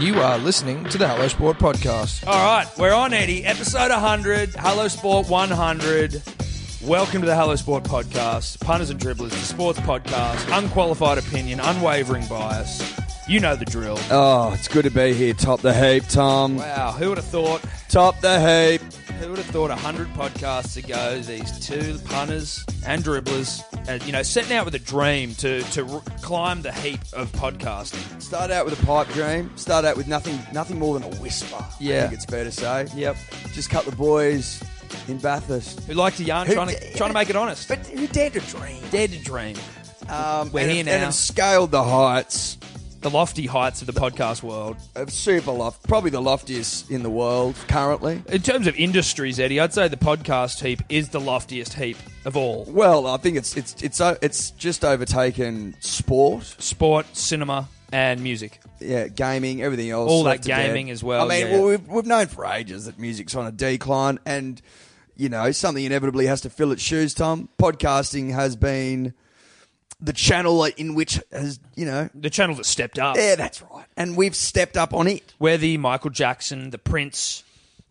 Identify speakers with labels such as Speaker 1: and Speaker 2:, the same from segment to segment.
Speaker 1: You are listening to the Hello Sport podcast.
Speaker 2: All right, we're on Eddie, episode 100, Hello Sport 100. Welcome to the Hello Sport podcast, punters and dribblers, the sports podcast, unqualified opinion, unwavering bias. You know the drill.
Speaker 1: Oh, it's good to be here. Top the heap, Tom.
Speaker 2: Wow, who would have thought?
Speaker 1: Top the heap.
Speaker 2: Who would have thought 100 podcasts ago, these two punters and dribblers, uh, you know, setting out with a dream to to r- climb the heap of podcasting.
Speaker 3: Start out with a pipe dream. Start out with nothing, nothing more than a whisper.
Speaker 1: Yeah.
Speaker 3: I think it's fair to say.
Speaker 2: Yep.
Speaker 3: Just cut the boys in Bathurst.
Speaker 2: Who like to yarn,
Speaker 3: Who
Speaker 2: trying to
Speaker 3: d-
Speaker 2: trying to make it honest.
Speaker 3: But who dared to dream?
Speaker 2: Dare to dream.
Speaker 3: Um,
Speaker 2: We're
Speaker 3: and
Speaker 2: here
Speaker 3: have-
Speaker 2: now.
Speaker 3: And have scaled the heights
Speaker 2: The lofty heights of the podcast world.
Speaker 3: of super loft, probably the loftiest in the world currently.
Speaker 2: In terms of industries, Eddie, I'd say the podcast heap is the loftiest heap of all.
Speaker 3: Well, I think it's it's it's o- it's just overtaken sport.
Speaker 2: Sport, cinema, and music.
Speaker 3: Yeah, gaming, everything else.
Speaker 2: All that
Speaker 3: left to dead.
Speaker 2: gaming as well,
Speaker 3: I mean,
Speaker 2: yeah.
Speaker 3: well, we've we've known for ages that music's on a decline, and you know something inevitably has to fill its shoes. Tom, podcasting has been the channel in which has you know.
Speaker 2: The channel that stepped up.
Speaker 3: Yeah, that's right. And we've stepped up on it.
Speaker 2: We're the Michael Jackson, the Prince,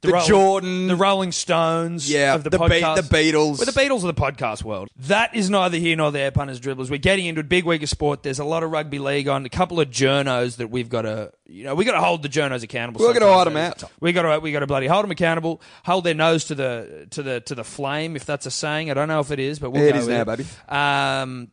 Speaker 3: The Jordan.
Speaker 2: the Rolling Stones
Speaker 3: Yeah,
Speaker 2: of the,
Speaker 3: the Be-
Speaker 2: podcast.
Speaker 3: the Beatles.
Speaker 2: We're the Beatles of the podcast world. That is neither here nor there, punters, dribblers. We're getting into a big week of sport. There's a lot of rugby league on, a couple of journos that we've got to, you know, we got to hold the journos accountable.
Speaker 3: We've got to
Speaker 2: sometimes,
Speaker 3: hide 'em
Speaker 2: Eddie.
Speaker 3: out.
Speaker 2: We got to we got to bloody hold them accountable. Hold their nose to the to the to the flame, if that's a saying. I don't know if it is, but we'll
Speaker 3: It
Speaker 2: go
Speaker 3: is
Speaker 2: with
Speaker 3: now,
Speaker 2: it.
Speaker 3: baby.
Speaker 2: Um,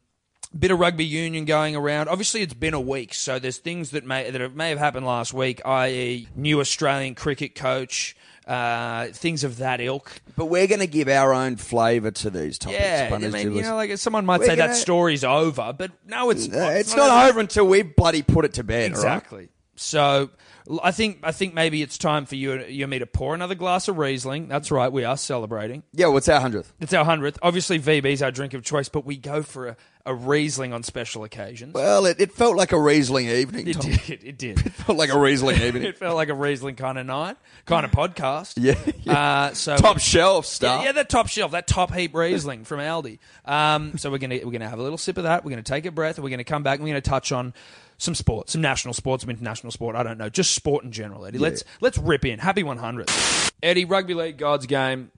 Speaker 2: bit of rugby union going around. Obviously, it's been a week, so there's things that may that have- may have happened last week, i.e., new Australian cricket coach, uh, things of that ilk.
Speaker 3: But we're going to give our own flavour to these topics.
Speaker 2: Yeah, I
Speaker 3: punters,
Speaker 2: mean, you
Speaker 3: dribblers.
Speaker 2: know, like someone might
Speaker 3: We're
Speaker 2: say that
Speaker 3: gonna-
Speaker 2: story's over, but no, it's
Speaker 3: Uh, it's not over until we bloody put it to bed. all right?
Speaker 2: Exactly. So l- I think I think maybe it's time for you you and me to pour another glass of Riesling. That's right, we are celebrating.
Speaker 3: Yeah, what's our hundredth?
Speaker 2: It's our hundredth. Obviously, VB's our drink of choice, but we go for a, a Riesling on special occasions.
Speaker 3: Well, it, it felt like a Riesling evening.
Speaker 2: it
Speaker 3: Tom.
Speaker 2: did. It did.
Speaker 3: felt like a Riesling evening.
Speaker 2: it felt like a Riesling kind of night, kind of podcast.
Speaker 3: yeah, yeah.
Speaker 2: Uh, so
Speaker 3: top shelf
Speaker 2: Yeah,
Speaker 3: stuff.
Speaker 2: yeah, that top shelf, that top heap Riesling from Aldi. Um, so we're gonna we're gonna have a little sip of that. We're gonna take a breath. and We're gonna come back. and We're gonna touch on some sport, some national sport, some international sport. I don't know, just sport in general, Eddie. Let's let's rip in. Happy 100th, Eddie. Rugby league, God's game,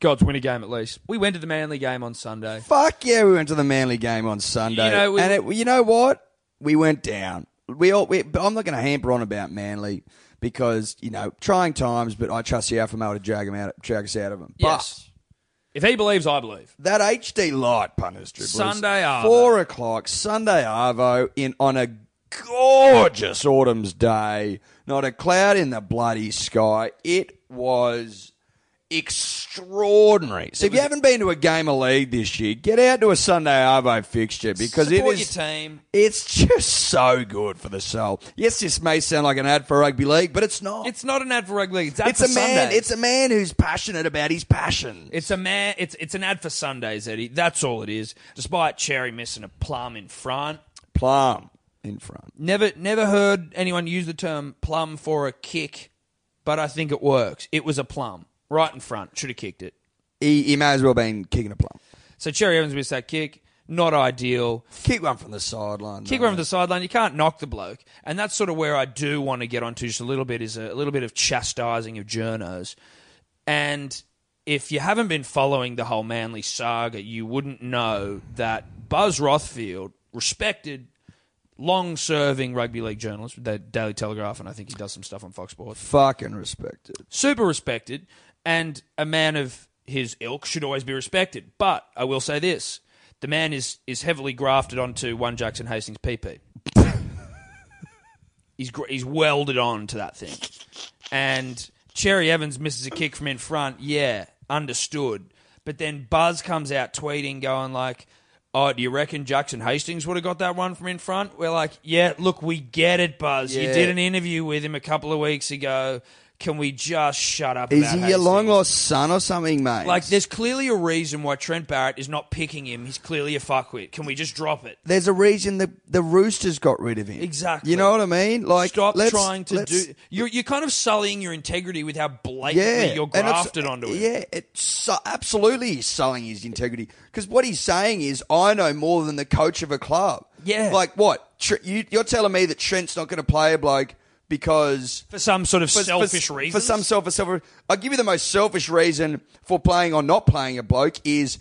Speaker 2: God's winner game at least. We went to the Manly game on Sunday.
Speaker 3: Fuck yeah, we went to the Manly game on Sunday,
Speaker 2: You know, we-
Speaker 3: and it, you know what? We went down. We all. We, but I'm not going to hamper on about Manly because you know trying times. But I trust the Alpha Male to drag him out, drag us out of them.
Speaker 2: Yes, if he believes, I believe.
Speaker 3: That HD light punters dribblers.
Speaker 2: Sunday Arvo.
Speaker 3: Four o'clock, Sunday Arvo, in on a gorgeous autumn's day. Not a cloud in the bloody sky. It was extraordinary. So if you haven't been to a game of league this year, get out to a Sunday Arvo fixture because it
Speaker 2: Support
Speaker 3: is
Speaker 2: your team.
Speaker 3: it's just so good for the soul. Yes, this may sound like an ad for rugby league, but it's not.
Speaker 2: It's not an ad for rugby league. It's, ad
Speaker 3: It's
Speaker 2: for
Speaker 3: a man.
Speaker 2: Sundays.
Speaker 3: It's a man who's passionate about his passion.
Speaker 2: It's a man. It's it's an ad for Sundays, Eddie. That's all it is. Despite Cherry missing a plum in front,
Speaker 3: Plum in front.
Speaker 2: never never heard anyone use the term plum for a kick, but I think it works. It was a plum right in front. Should have kicked it.
Speaker 3: he, he may as well been kicking a plum.
Speaker 2: So Cherry Evans missed that kick. Not ideal.
Speaker 3: Kick one from the sideline.
Speaker 2: Kick
Speaker 3: though.
Speaker 2: over to the sideline. You can't knock the bloke, and that's sort of where I do want to get onto just a little bit is a, little bit of chastising of journos. And if you haven't been following the whole Manly saga, you wouldn't know that Buzz Rothfield, respected, long-serving rugby league journalist, the Daily Telegraph, and I think he does some stuff on Fox Sports
Speaker 3: Fucking respected.
Speaker 2: super respected, and a man of his ilk should always be respected. But I will say this: the man is is heavily grafted onto one Jackson Hastings PP. he's gr- he's welded on to that thing, and Cherry Evans misses a kick from in front. Yeah, understood. But then Buzz comes out tweeting, going like. Oh, do you reckon Jackson Hastings would have got that one from in front? We're like, yeah, look, we get it, Buzz. You
Speaker 3: Yeah.
Speaker 2: did an interview with him a couple of weeks ago. Can we just shut up?
Speaker 3: Is
Speaker 2: about
Speaker 3: he your
Speaker 2: Hastings?
Speaker 3: long lost son or something, mate?
Speaker 2: Like, there's clearly a reason why Trent Barrett is not picking him. He's clearly a fuckwit. Can we just drop it?
Speaker 3: there's a reason the the Roosters got rid of him.
Speaker 2: Exactly.
Speaker 3: You know what I mean? Like,
Speaker 2: Stop
Speaker 3: let's-
Speaker 2: trying to
Speaker 3: let's-
Speaker 2: do. You're, you're kind of sullying your integrity with how blatantly
Speaker 3: Yeah,
Speaker 2: you're
Speaker 3: and it's-
Speaker 2: grafted onto it.
Speaker 3: Yeah, it's so, absolutely he's selling his integrity because what he's saying is, I know more than the coach of a club.
Speaker 2: Yeah.
Speaker 3: like what? Tr- you, you're telling me that Trent's not going to play a bloke because
Speaker 2: for some sort of
Speaker 3: for- for-
Speaker 2: selfish
Speaker 3: for,
Speaker 2: reason.
Speaker 3: some selfish, selfish. I'll give you the most selfish reason for playing or not playing a bloke is.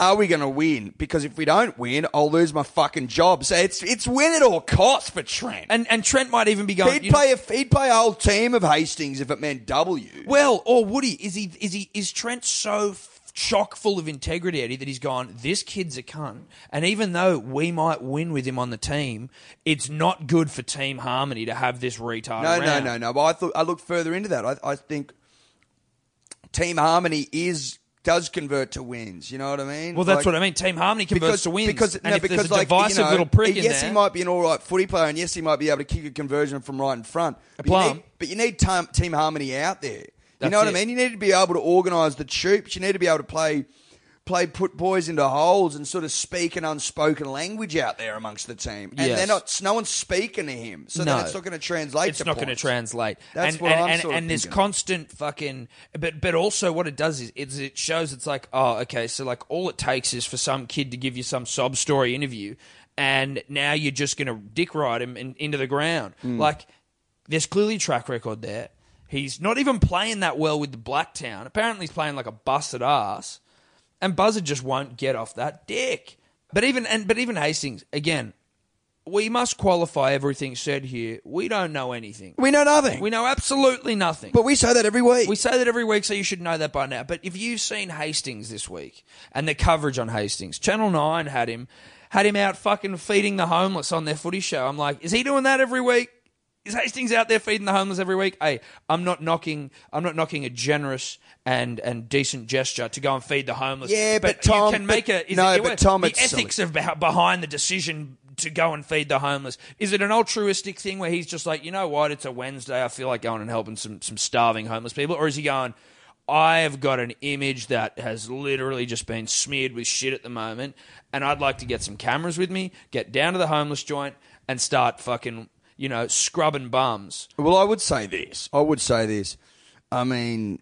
Speaker 3: Are we going to win? Because if we don't win, I'll lose my fucking job. So it's it's win at all costs for Trent.
Speaker 2: and and Trent might even be going.
Speaker 3: he'd
Speaker 2: you know-
Speaker 3: play a, he'd play a whole team of Hastings if it meant W.
Speaker 2: Well, or would he? Is he? Is he? Is Trent so f- chock full of integrity, Eddie, that he's gone? This kid's a cunt, and even though we might win with him on the team, it's not good for team harmony to have this retard.
Speaker 3: No, no,
Speaker 2: around.
Speaker 3: no, no. But I thought I looked further into that. I, I think team harmony is does convert to wins. You know what I mean?
Speaker 2: Well, that's
Speaker 3: Like,
Speaker 2: what I mean. Team harmony converts
Speaker 3: Because
Speaker 2: to wins,
Speaker 3: because
Speaker 2: and
Speaker 3: no,
Speaker 2: if
Speaker 3: because
Speaker 2: there's a
Speaker 3: like
Speaker 2: divisive
Speaker 3: you know, eh,
Speaker 2: little prick in
Speaker 3: yes,
Speaker 2: there,
Speaker 3: he might be an all right footy player, and yes, he might be able to kick a conversion from right in front. But you
Speaker 2: plum.
Speaker 3: need, but you need team, team harmony out there.
Speaker 2: That's
Speaker 3: you know what
Speaker 2: it.
Speaker 3: I mean? You need to be able to organise the troops. You need to be able to play. Play put boys into holes and sort of speak an unspoken language out there amongst the team, and
Speaker 2: Yes.
Speaker 3: they're not. No one's speaking to him, so
Speaker 2: No.
Speaker 3: then it's not going to translate.
Speaker 2: it's
Speaker 3: to
Speaker 2: not going to
Speaker 3: points.
Speaker 2: translate.
Speaker 3: That's
Speaker 2: and,
Speaker 3: what
Speaker 2: and,
Speaker 3: I'm
Speaker 2: and,
Speaker 3: sort of
Speaker 2: and this
Speaker 3: thinking.
Speaker 2: constant fucking. But but also what it does is it's, it shows it's like oh okay so like all it takes is for some kid to give you some sob story interview, and now you're just going to dick ride him in, into the ground.
Speaker 3: Mm.
Speaker 2: Like there's clearly track record there. He's not even playing that well with the Blacktown. Apparently he's playing like a busted ass, and Buzzard just won't get off that dick. But even and but even Hastings again. We must qualify everything said here. We don't know anything.
Speaker 3: We know nothing.
Speaker 2: We know absolutely nothing.
Speaker 3: but we say that every week.
Speaker 2: we say that every week, so you should know that by now. But if you've seen Hastings this week and the coverage on Hastings, Channel Nine had him, had him out fucking feeding the homeless on their footy show. I'm like, is he doing that every week? Is Hastings out there feeding the homeless every week? Hey, I'm not knocking. I'm not knocking a generous and and decent gesture to go and feed the homeless.
Speaker 3: Yeah, but Tom,
Speaker 2: you can make
Speaker 3: but-
Speaker 2: a is
Speaker 3: no,
Speaker 2: it-
Speaker 3: but Tom,
Speaker 2: the
Speaker 3: it's silly.
Speaker 2: ethics of beh- behind the decision to go and feed the homeless? Is it an altruistic thing where he's just like, you know what, it's a Wednesday, I feel like going and helping some some starving homeless people, or is he going? I've got an image that has literally just been smeared with shit at the moment, and I'd like to get some cameras with me, get down to the homeless joint, and start fucking, you know, scrubbing bums.
Speaker 3: well, I would say this. I would say this. I mean,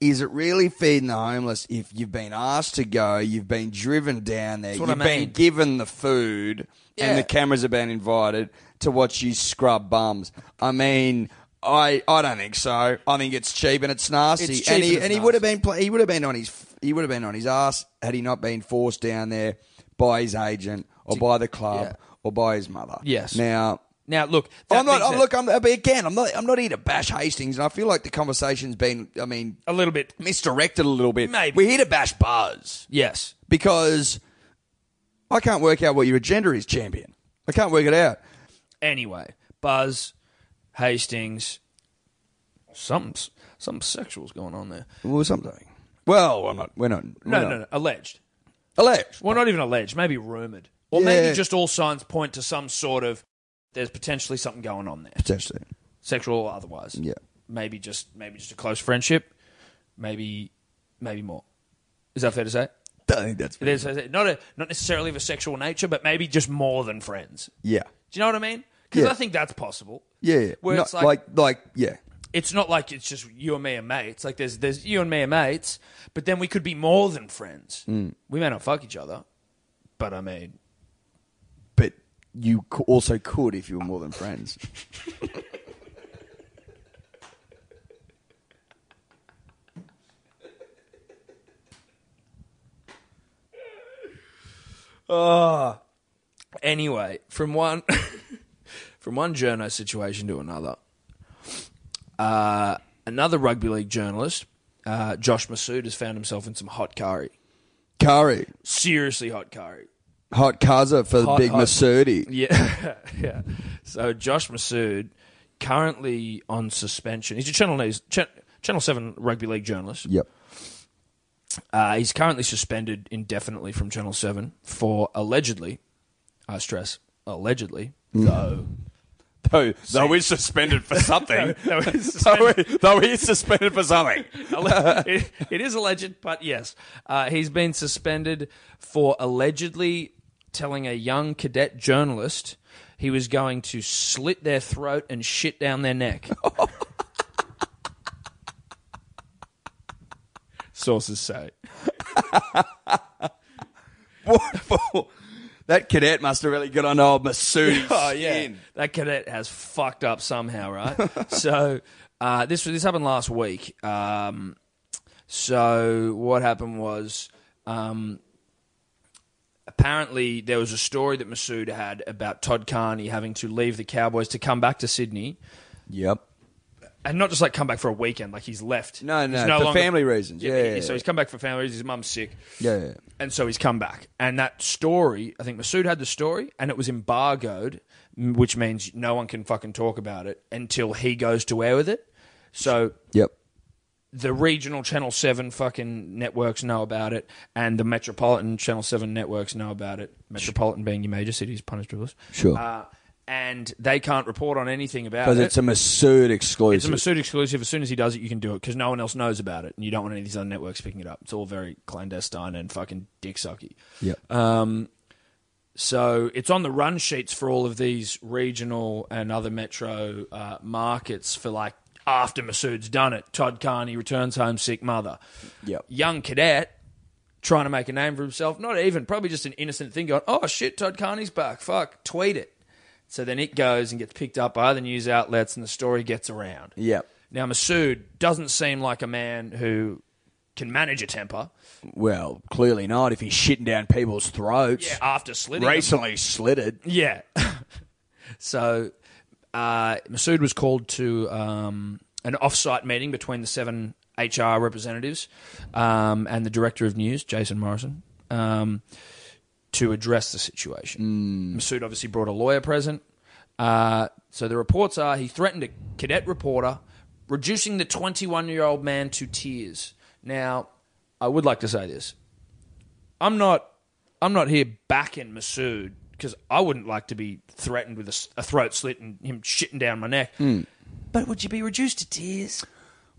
Speaker 3: is it really feeding the homeless if you've been asked to go, you've been driven down there,
Speaker 2: what
Speaker 3: you've
Speaker 2: I mean.
Speaker 3: been given the food,
Speaker 2: Yeah.
Speaker 3: and the cameras have been invited to watch you scrub bums? I mean. I, I don't think so. I think it's cheap and it's nasty.
Speaker 2: It's cheap
Speaker 3: and he,
Speaker 2: and it's
Speaker 3: and he would have been pla- he would have been on his he would have been on his ass had he not been forced down there by his agent or by the club
Speaker 2: yeah.
Speaker 3: or by his mother.
Speaker 2: Yes.
Speaker 3: Now
Speaker 2: Now, look, that
Speaker 3: I'm not.
Speaker 2: being
Speaker 3: I'm,
Speaker 2: said-
Speaker 3: look, I'm. But again, I'm not. I'm not here to bash Hastings, and I feel like the conversation's been. I mean,
Speaker 2: a little bit.
Speaker 3: misdirected a little bit.
Speaker 2: Maybe.
Speaker 3: we're here to bash Buzz
Speaker 2: Yes,
Speaker 3: because I can't work out what your agenda is, champion. I can't work it out.
Speaker 2: Anyway, Buzz, Hastings, something's something sexual's going on there.
Speaker 3: Well, something. Well, I'm not. We're not. we're
Speaker 2: No,
Speaker 3: not.
Speaker 2: no, no, alleged.
Speaker 3: Alleged.
Speaker 2: Well, not even alleged. Maybe rumored, or
Speaker 3: Yeah.
Speaker 2: maybe just all signs point to some sort of there's potentially something going on there,
Speaker 3: Potentially.
Speaker 2: sexual or otherwise.
Speaker 3: Yeah.
Speaker 2: Maybe just maybe just a close friendship. Maybe maybe more. Is that fair to say?
Speaker 3: Don't think that's.
Speaker 2: It is, is it? not a not necessarily of a sexual nature, but maybe just more than friends.
Speaker 3: Yeah.
Speaker 2: Do you know what I mean? Because
Speaker 3: Yeah.
Speaker 2: I think that's possible.
Speaker 3: Yeah. yeah.
Speaker 2: Where
Speaker 3: Not-
Speaker 2: it's like,
Speaker 3: like, like, yeah.
Speaker 2: it's not like it's just you and me are mates. Like there's there's you and me are mates, but then we could be more than friends. We may not fuck each other, but I mean,
Speaker 3: But you c- also could if you were more than friends.
Speaker 2: anyway, from one from one journo situation to another. Uh, another rugby league journalist, uh, Josh Masood, has found himself in some hot curry.
Speaker 3: Curry,
Speaker 2: Seriously, hot curry.
Speaker 3: hot Kaza for
Speaker 2: Hot-
Speaker 3: the big
Speaker 2: hot.
Speaker 3: Masurdi.
Speaker 2: Yeah, yeah. So Josh Masood, currently on suspension. He's a Channel News, Ch- Channel Seven rugby league journalist.
Speaker 3: Yep.
Speaker 2: Uh, he's currently suspended indefinitely from Channel 7 for allegedly, I stress, allegedly, though.
Speaker 3: Though, though we're suspended for something.
Speaker 2: though he's
Speaker 3: though he's suspended for something.
Speaker 2: it, it is alleged, but yes. Uh, he's been suspended for allegedly telling a young cadet journalist he was going to slit their throat and shit down their neck. Sources say.
Speaker 3: What for? That cadet must have really got on old Masudi.
Speaker 2: Oh yeah, that cadet has fucked up somehow, right? so uh, this this happened last week. Um, so what happened was, um, apparently there was a story that Masood had about Todd Carney having to leave the Cowboys to come back to Sydney,
Speaker 3: Yep.
Speaker 2: and not just like come back for a weekend, like he's left.
Speaker 3: No, no,
Speaker 2: He's
Speaker 3: for family reasons. Yeah, yeah,
Speaker 2: so
Speaker 3: yeah.
Speaker 2: he's come back for family reasons. His mum's sick.
Speaker 3: Yeah, yeah, yeah.
Speaker 2: And so he's come back. And that story, I think Masood had the story and it was embargoed, m- which means no one can fucking talk about it until he goes to air with it. So
Speaker 3: Yep.
Speaker 2: the regional Channel 7 fucking networks know about it and the metropolitan Channel 7 networks know about it. Metropolitan being your major cities, punters, dribblers.
Speaker 3: Sure.
Speaker 2: Uh, and they can't report on anything about it.
Speaker 3: Because it's a Masood
Speaker 2: It's a
Speaker 3: exclusive.
Speaker 2: Masood exclusive. As soon as he does it, you can do it because no one else knows about it, and you don't want any of these other networks picking it up. It's all very clandestine and fucking dick sucky.
Speaker 3: Yep.
Speaker 2: Um, so it's on the run sheets for all of these regional and other metro uh, markets for like after Masood's done it. Todd Carney returns home sick mother.
Speaker 3: Yep.
Speaker 2: Young cadet trying to make a name for himself. Not even probably just an innocent thing going. Oh shit, Todd Carney's back. Fuck, tweet it. So then it goes and gets picked up by other news outlets, and the story gets around.
Speaker 3: Yep.
Speaker 2: Now Masood doesn't seem like a man who can manage a temper.
Speaker 3: Well, clearly not if he's shitting down people's throats.
Speaker 2: Yeah, after slitting him.
Speaker 3: Recently slitted.
Speaker 2: Yeah. so uh, Masood was called to um, an off-site meeting between the seven HR representatives um, and the director of news, Jason Morrison, um, to address the situation. Masood obviously brought a lawyer present. Uh, so the reports are he threatened a cadet reporter, reducing the 21-year-old man to tears. Now, I would like to say this. I'm not I'm not here backing Masood because I wouldn't like to be threatened with a s- a, throat slit and him shitting down my neck.
Speaker 3: Hmm.
Speaker 2: But would you be reduced to tears?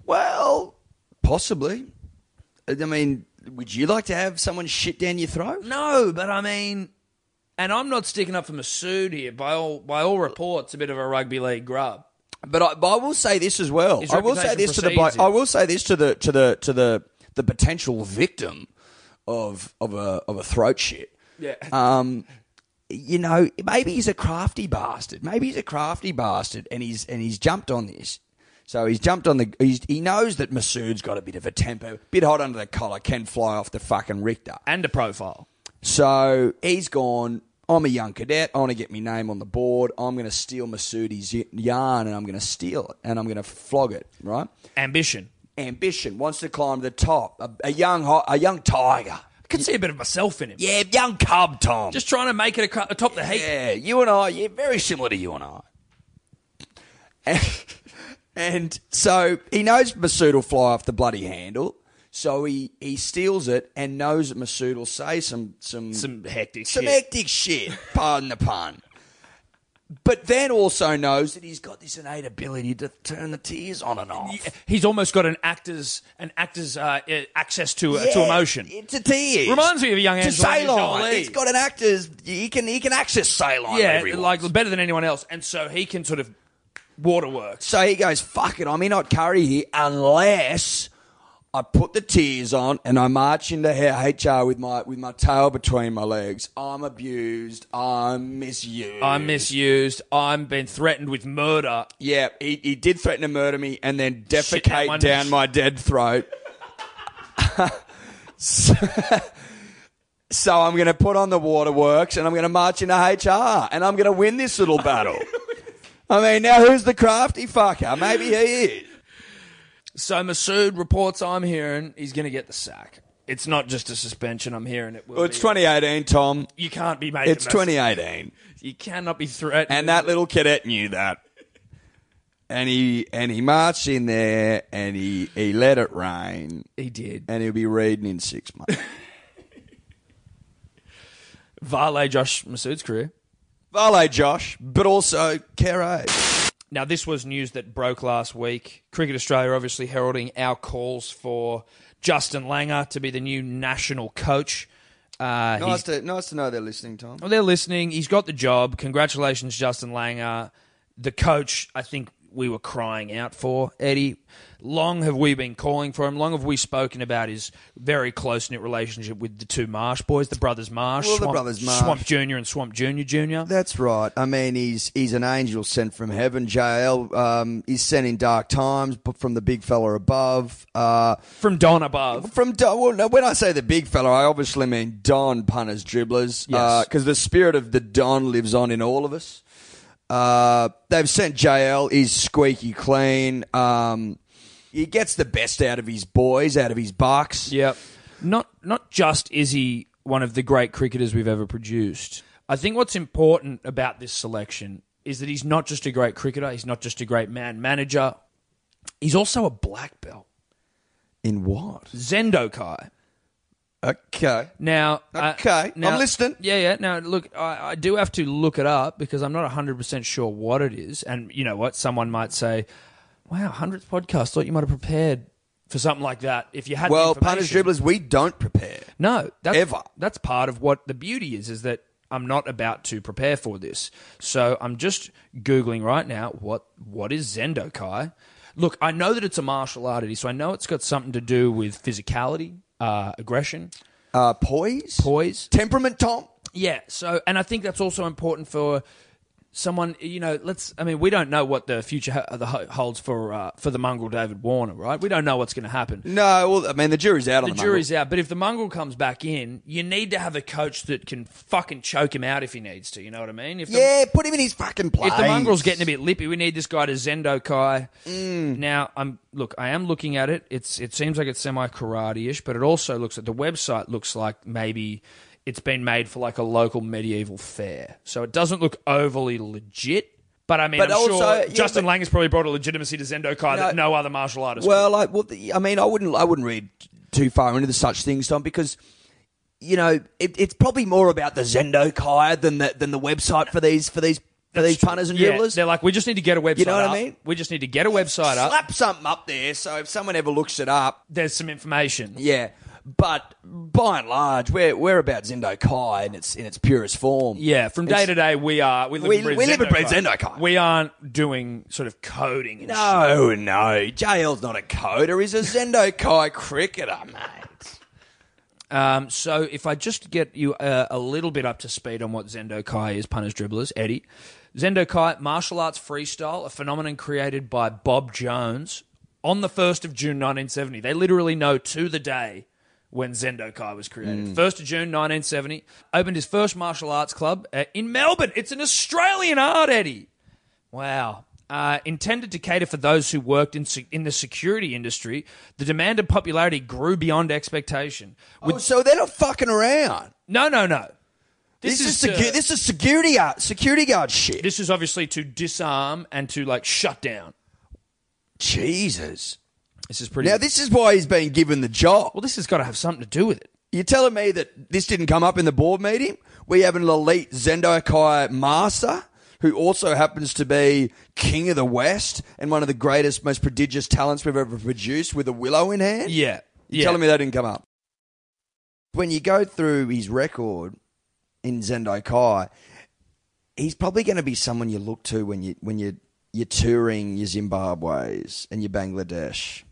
Speaker 3: Well, possibly. I mean, would you like to have someone shit down your throat?
Speaker 2: No, but I mean, and I'm not sticking up for Masood here. By all by all reports, a bit of a rugby league grub.
Speaker 3: But I, but I will say this as well.
Speaker 2: His
Speaker 3: I will say
Speaker 2: reputation
Speaker 3: this to the
Speaker 2: precedes
Speaker 3: bi- I
Speaker 2: him.
Speaker 3: will say this to the to the to the the potential victim of of a of a throat shit.
Speaker 2: Yeah.
Speaker 3: Um, you know, maybe he's a crafty bastard. Maybe he's a crafty bastard, and he's and he's jumped on this. So he's jumped on the. He's, he knows that Masood's got a bit of a temper, bit hot under the collar, can fly off the fucking Richter.
Speaker 2: and a profile.
Speaker 3: So he's gone. I'm a young cadet. I want to get my name on the board. I'm going to steal Masudi's y- yarn and I'm going to steal it and I'm going to flog it. Right?
Speaker 2: Ambition.
Speaker 3: Ambition wants to climb to the top. A, a young, ho- a young tiger.
Speaker 2: I could see a bit of myself in him.
Speaker 3: Yeah, young cub, Tom.
Speaker 2: Just trying to make it aco- atop the heap.
Speaker 3: yeah, you and I. Yeah, very similar to you and I. And, and so he knows Masood will fly off the bloody handle. So he, he steals it and knows that Masood will say some some
Speaker 2: Some hectic
Speaker 3: some
Speaker 2: shit.
Speaker 3: hectic shit. Pardon the pun. But then also knows that he's got this innate ability to turn the tears on and off.
Speaker 2: He's almost got an actor's an actor's uh, uh, access to uh, to
Speaker 3: Yeah,
Speaker 2: emotion.
Speaker 3: It's a tears.
Speaker 2: Reminds me of young
Speaker 3: to
Speaker 2: Angelina
Speaker 3: Ceylon.
Speaker 2: Jolie.
Speaker 3: He's got an actor's. He can he can access Ceylon.
Speaker 2: yeah,
Speaker 3: whenever he wants.
Speaker 2: like better than anyone else, and so he can sort of waterworks.
Speaker 3: So he goes, fuck it, I'm in hot curry here unless I put the tears on and I march into he- HR with my with my tail between my legs. I'm abused. I'm misused.
Speaker 2: I'm misused. I'm been threatened with murder.
Speaker 3: Yeah, he, he did threaten to murder me and then
Speaker 2: Shit, that
Speaker 3: defecate
Speaker 2: one-
Speaker 3: down my dead throat. so, so I'm going to put on the waterworks and I'm going to march into HR and I'm going to win this little battle. I mean, now who's the crafty fucker? Maybe he is.
Speaker 2: So Masood reports I'm hearing he's going to get the sack. It's not just a suspension. I'm hearing it. Will
Speaker 3: Well, it's
Speaker 2: be-
Speaker 3: 2018, Tom.
Speaker 2: You can't be made.
Speaker 3: It's 2018,
Speaker 2: You cannot be threatened.
Speaker 3: and that little cadet knew that. And he and he marched in there, and he he let it rain,
Speaker 2: he did.
Speaker 3: and he'll be reading in six months.
Speaker 2: Valet Josh Masood's career.
Speaker 3: Vale, Josh, but also Care.
Speaker 2: Now, this was news that broke last week. Cricket Australia obviously heralding our calls for Justin Langer to be the new national coach. Uh, he's-
Speaker 3: Nice to nice to know they're listening, Tom.
Speaker 2: Well, they're listening. He's got the job. Congratulations, Justin Langer. The coach, I think, we were crying out for Eddie. Long have we been calling for him. Long have we spoken about his very close knit relationship with the two Marsh boys, the brothers Marsh,
Speaker 3: Well, the
Speaker 2: Swamp,
Speaker 3: brothers Marsh.
Speaker 2: Swamp Junior and Swamp Junior Junior.
Speaker 3: That's right. I mean, he's he's an angel sent from heaven. JL um, is sent in dark times but from the big fella above. Uh,
Speaker 2: From Don above,
Speaker 3: from Don, well, no, when I say the big fella, I obviously mean Don punters, dribblers,
Speaker 2: Yes.
Speaker 3: because the spirit of the Don lives on in all of us. Uh, they've sent JL. He's squeaky clean. Um, he gets the best out of his boys, out of his bucks.
Speaker 2: Yep. Not not just is he one of the great cricketers we've ever produced. I think what's important about this selection is that he's not just a great cricketer, he's not just a great man manager. He's also a black belt.
Speaker 3: In what?
Speaker 2: Zendokai.
Speaker 3: Okay.
Speaker 2: Now, uh,
Speaker 3: Okay, I'm listening.
Speaker 2: Yeah, yeah. Now, look, I, I do have to look it up because I'm not 100% sure what it is. And you know what? Someone might say, wow, 100th podcast. Thought you might have prepared for something like that if you had the
Speaker 3: Well, punters,
Speaker 2: information."
Speaker 3: dribblers, we don't prepare.
Speaker 2: No, that's,
Speaker 3: Ever.
Speaker 2: That's part of what the beauty is, is that I'm not about to prepare for this. So I'm just googling right now what what is Zendokai. Look, I know that it's a martial art, Eddie, so I know it's got something to do with physicality, uh, aggression,
Speaker 3: Uh, poise,
Speaker 2: poise.
Speaker 3: temperament, Tom.
Speaker 2: Yeah. So, and I think that's also important for someone. You know, let's. I mean, we don't know what the future ho- the ho- holds for uh, for the mongrel David Warner, right? We don't know what's going to happen.
Speaker 3: No, well, I mean, the jury's out on
Speaker 2: The
Speaker 3: the
Speaker 2: jury's out, but if the mongrel comes back in, you need to have a coach that can fucking choke him out if he needs to. You know what I mean? If the,
Speaker 3: mongrel. Yeah, put him in his fucking place.
Speaker 2: if the mongrel's getting a bit lippy, we need this guy to Zendo Kai.
Speaker 3: Mm.
Speaker 2: Now, I'm look. I am looking at it. It's it seems like it's semi karate-ish, but it also looks at the website looks like maybe it's been made for like a local medieval fair, so it doesn't look overly legit. But I mean,
Speaker 3: But
Speaker 2: I'm
Speaker 3: also-
Speaker 2: sure
Speaker 3: yeah,
Speaker 2: Justin
Speaker 3: but-
Speaker 2: Lang has probably brought a legitimacy to Zendo Kai that
Speaker 3: No.
Speaker 2: no other martial artist. would.
Speaker 3: Well, I, well, the, I mean, I wouldn't, I wouldn't read too far into the such things, Tom, because you know it, it's probably more about the Zendo Kai than the than the website for these for these for these punters and
Speaker 2: yeah,
Speaker 3: dribblers.
Speaker 2: they're like, we just need to get a website.
Speaker 3: know what I
Speaker 2: up.
Speaker 3: mean?
Speaker 2: We just need to get a website up.
Speaker 3: Slap something up there, so if someone ever looks it up,
Speaker 2: There's some information.
Speaker 3: yeah. But by and large, we're we're about Zendo Kai in its in its purest form.
Speaker 2: Yeah, from day to day, we are we live
Speaker 3: We-
Speaker 2: and breathe
Speaker 3: we live and breathe
Speaker 2: Zendokai.
Speaker 3: Zendokai.
Speaker 2: We aren't doing sort of coding. And shit.
Speaker 3: No, no, JL's not a coder. He's a Zendo Kai cricketer, mate.
Speaker 2: Um, so if I just get you uh, a little bit up to speed on what Zendo Kai is, punters, dribblers, Eddie. Zendo Kai, martial arts freestyle, a phenomenon created by Bob Jones on the 1st of June 1970. They literally know to the day when Zendo Kai was created. 1st of June 1970. Opened his first martial arts club uh, in Melbourne. It's an Australian art, Eddie. Wow. Uh, intended to cater for those who worked in, se- in the security industry, the demand and popularity grew beyond expectation. With
Speaker 3: Oh, so they're not fucking around.
Speaker 2: no, no, no.
Speaker 3: This, is, uh,
Speaker 2: to-
Speaker 3: secu- this is security guard, security guard shit.
Speaker 2: this is obviously to disarm and to like shut down.
Speaker 3: Jesus.
Speaker 2: This is pretty.
Speaker 3: Now this is why he's been given the job.
Speaker 2: well, this has got to have something to do with it.
Speaker 3: You're telling me that this didn't come up in the board meeting? We have an elite Zendokai master who also happens to be king of the West and one of the greatest, most prodigious talents we've ever produced with a willow in hand.
Speaker 2: Yeah,
Speaker 3: You're
Speaker 2: yeah.
Speaker 3: telling me that didn't come up. When you go through his record in Zendo Kai, he's probably going to be someone you look to when you when you you're touring your Zimbabwe's and your Bangladesh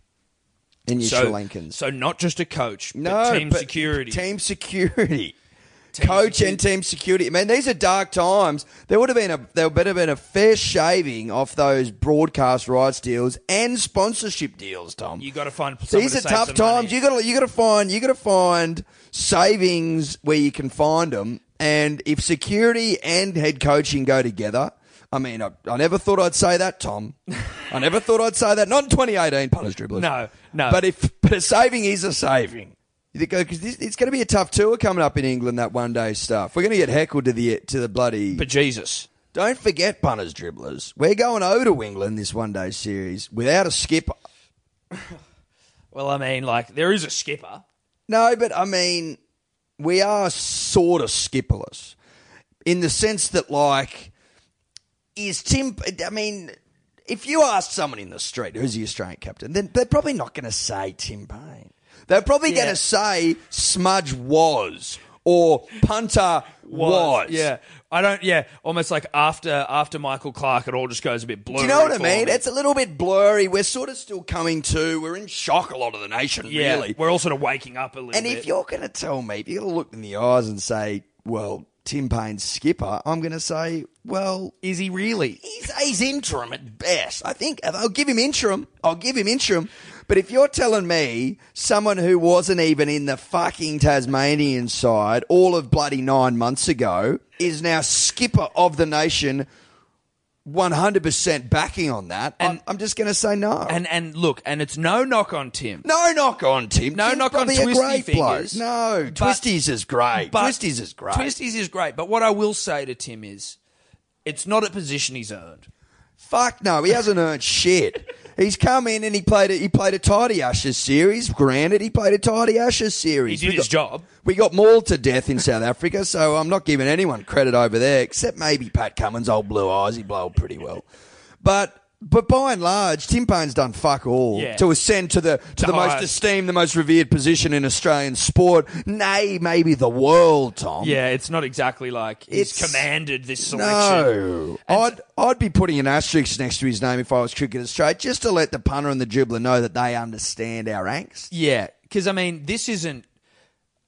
Speaker 3: and your
Speaker 2: so,
Speaker 3: Sri Lankans.
Speaker 2: So not just a coach,
Speaker 3: no,
Speaker 2: but team
Speaker 3: but
Speaker 2: security.
Speaker 3: team security. Coach and team security. I mean, these are dark times. There would have been a there would have been a fair shaving off those broadcast rights deals and sponsorship deals, Tom.
Speaker 2: you got to find. someone
Speaker 3: These
Speaker 2: to
Speaker 3: are
Speaker 2: save
Speaker 3: tough
Speaker 2: some
Speaker 3: times.
Speaker 2: money.
Speaker 3: You got to you got to find you got to find savings where you can find them. And if security and head coaching go together, I mean, I, I never thought I'd say that, Tom. I never thought I'd say that. Not in 2018, punters dribblers.
Speaker 2: No, no.
Speaker 3: But if but a saving is a saving. Because it's going to be a tough tour coming up in England. That one day stuff. We're going to get heckled to the to the bloody.
Speaker 2: but Jesus.
Speaker 3: Don't forget, punters dribblers. We're going over to England this one day series without a skipper.
Speaker 2: Well, I mean, like there is a skipper.
Speaker 3: No, but I mean, we are sort of skipperless in the sense that, like, is Tim. I mean, if you ask someone in the street who's the Australian captain, then they're probably not going to say Tim Payne. They're probably
Speaker 2: Yeah.
Speaker 3: going to say Smudge was or punter was.
Speaker 2: Yeah. I don't. Yeah. Almost like after after Michael Clark, it all just goes a bit blurry.
Speaker 3: Do you know what I
Speaker 2: for
Speaker 3: mean?
Speaker 2: me.
Speaker 3: It's a little bit blurry. We're sort of still coming to. We're in shock, a lot of the nation,
Speaker 2: yeah.
Speaker 3: really.
Speaker 2: We're all sort of waking up a little
Speaker 3: And
Speaker 2: bit.
Speaker 3: if you're going to tell me, if you're going to look in the eyes and say, well, Tim Payne's skipper, I'm going to say, well,
Speaker 2: is he really?
Speaker 3: he's, he's interim at best. I think I'll give him interim. I'll give him interim. But if you're telling me someone who wasn't even in the fucking Tasmanian side all of bloody nine months ago is now skipper of the nation, 100% backing on that,
Speaker 2: And-
Speaker 3: I'm, I'm just going to say no.
Speaker 2: And and look, and it's no knock on Tim.
Speaker 3: no knock on Tim.
Speaker 2: No
Speaker 3: Tim's
Speaker 2: knock on
Speaker 3: probably a
Speaker 2: Twisty
Speaker 3: great bloke.
Speaker 2: Fingers.
Speaker 3: No,
Speaker 2: But-
Speaker 3: Twisties is great.
Speaker 2: But-
Speaker 3: Twisties is great.
Speaker 2: Twisties is great. But what I will say to Tim is, it's not a position he's earned.
Speaker 3: Fuck no, he hasn't earned shit. He's come in and he played a, he played a tidy Ashes series. Granted, he played a tidy Ashes
Speaker 2: He
Speaker 3: series.
Speaker 2: did
Speaker 3: we
Speaker 2: his
Speaker 3: got,
Speaker 2: job.
Speaker 3: We got mauled to death in South Africa, so I'm not giving anyone credit over there, except maybe Pat Cummins, old blue eyes. He blowed pretty well, but. But by and large, Tim Payne's done fuck all
Speaker 2: Yeah.
Speaker 3: to ascend to the to the most
Speaker 2: highest.
Speaker 3: esteemed, the most revered position in Australian sport, nay, maybe the world. Tom,
Speaker 2: Yeah, it's not exactly like he's
Speaker 3: It's-
Speaker 2: commanded this selection.
Speaker 3: no, I'd I'd be putting an asterisk next to his name if I was cricketer straight, just to let the punter and the dribbler know that they understand our angst.
Speaker 2: Yeah, because I mean, this isn't.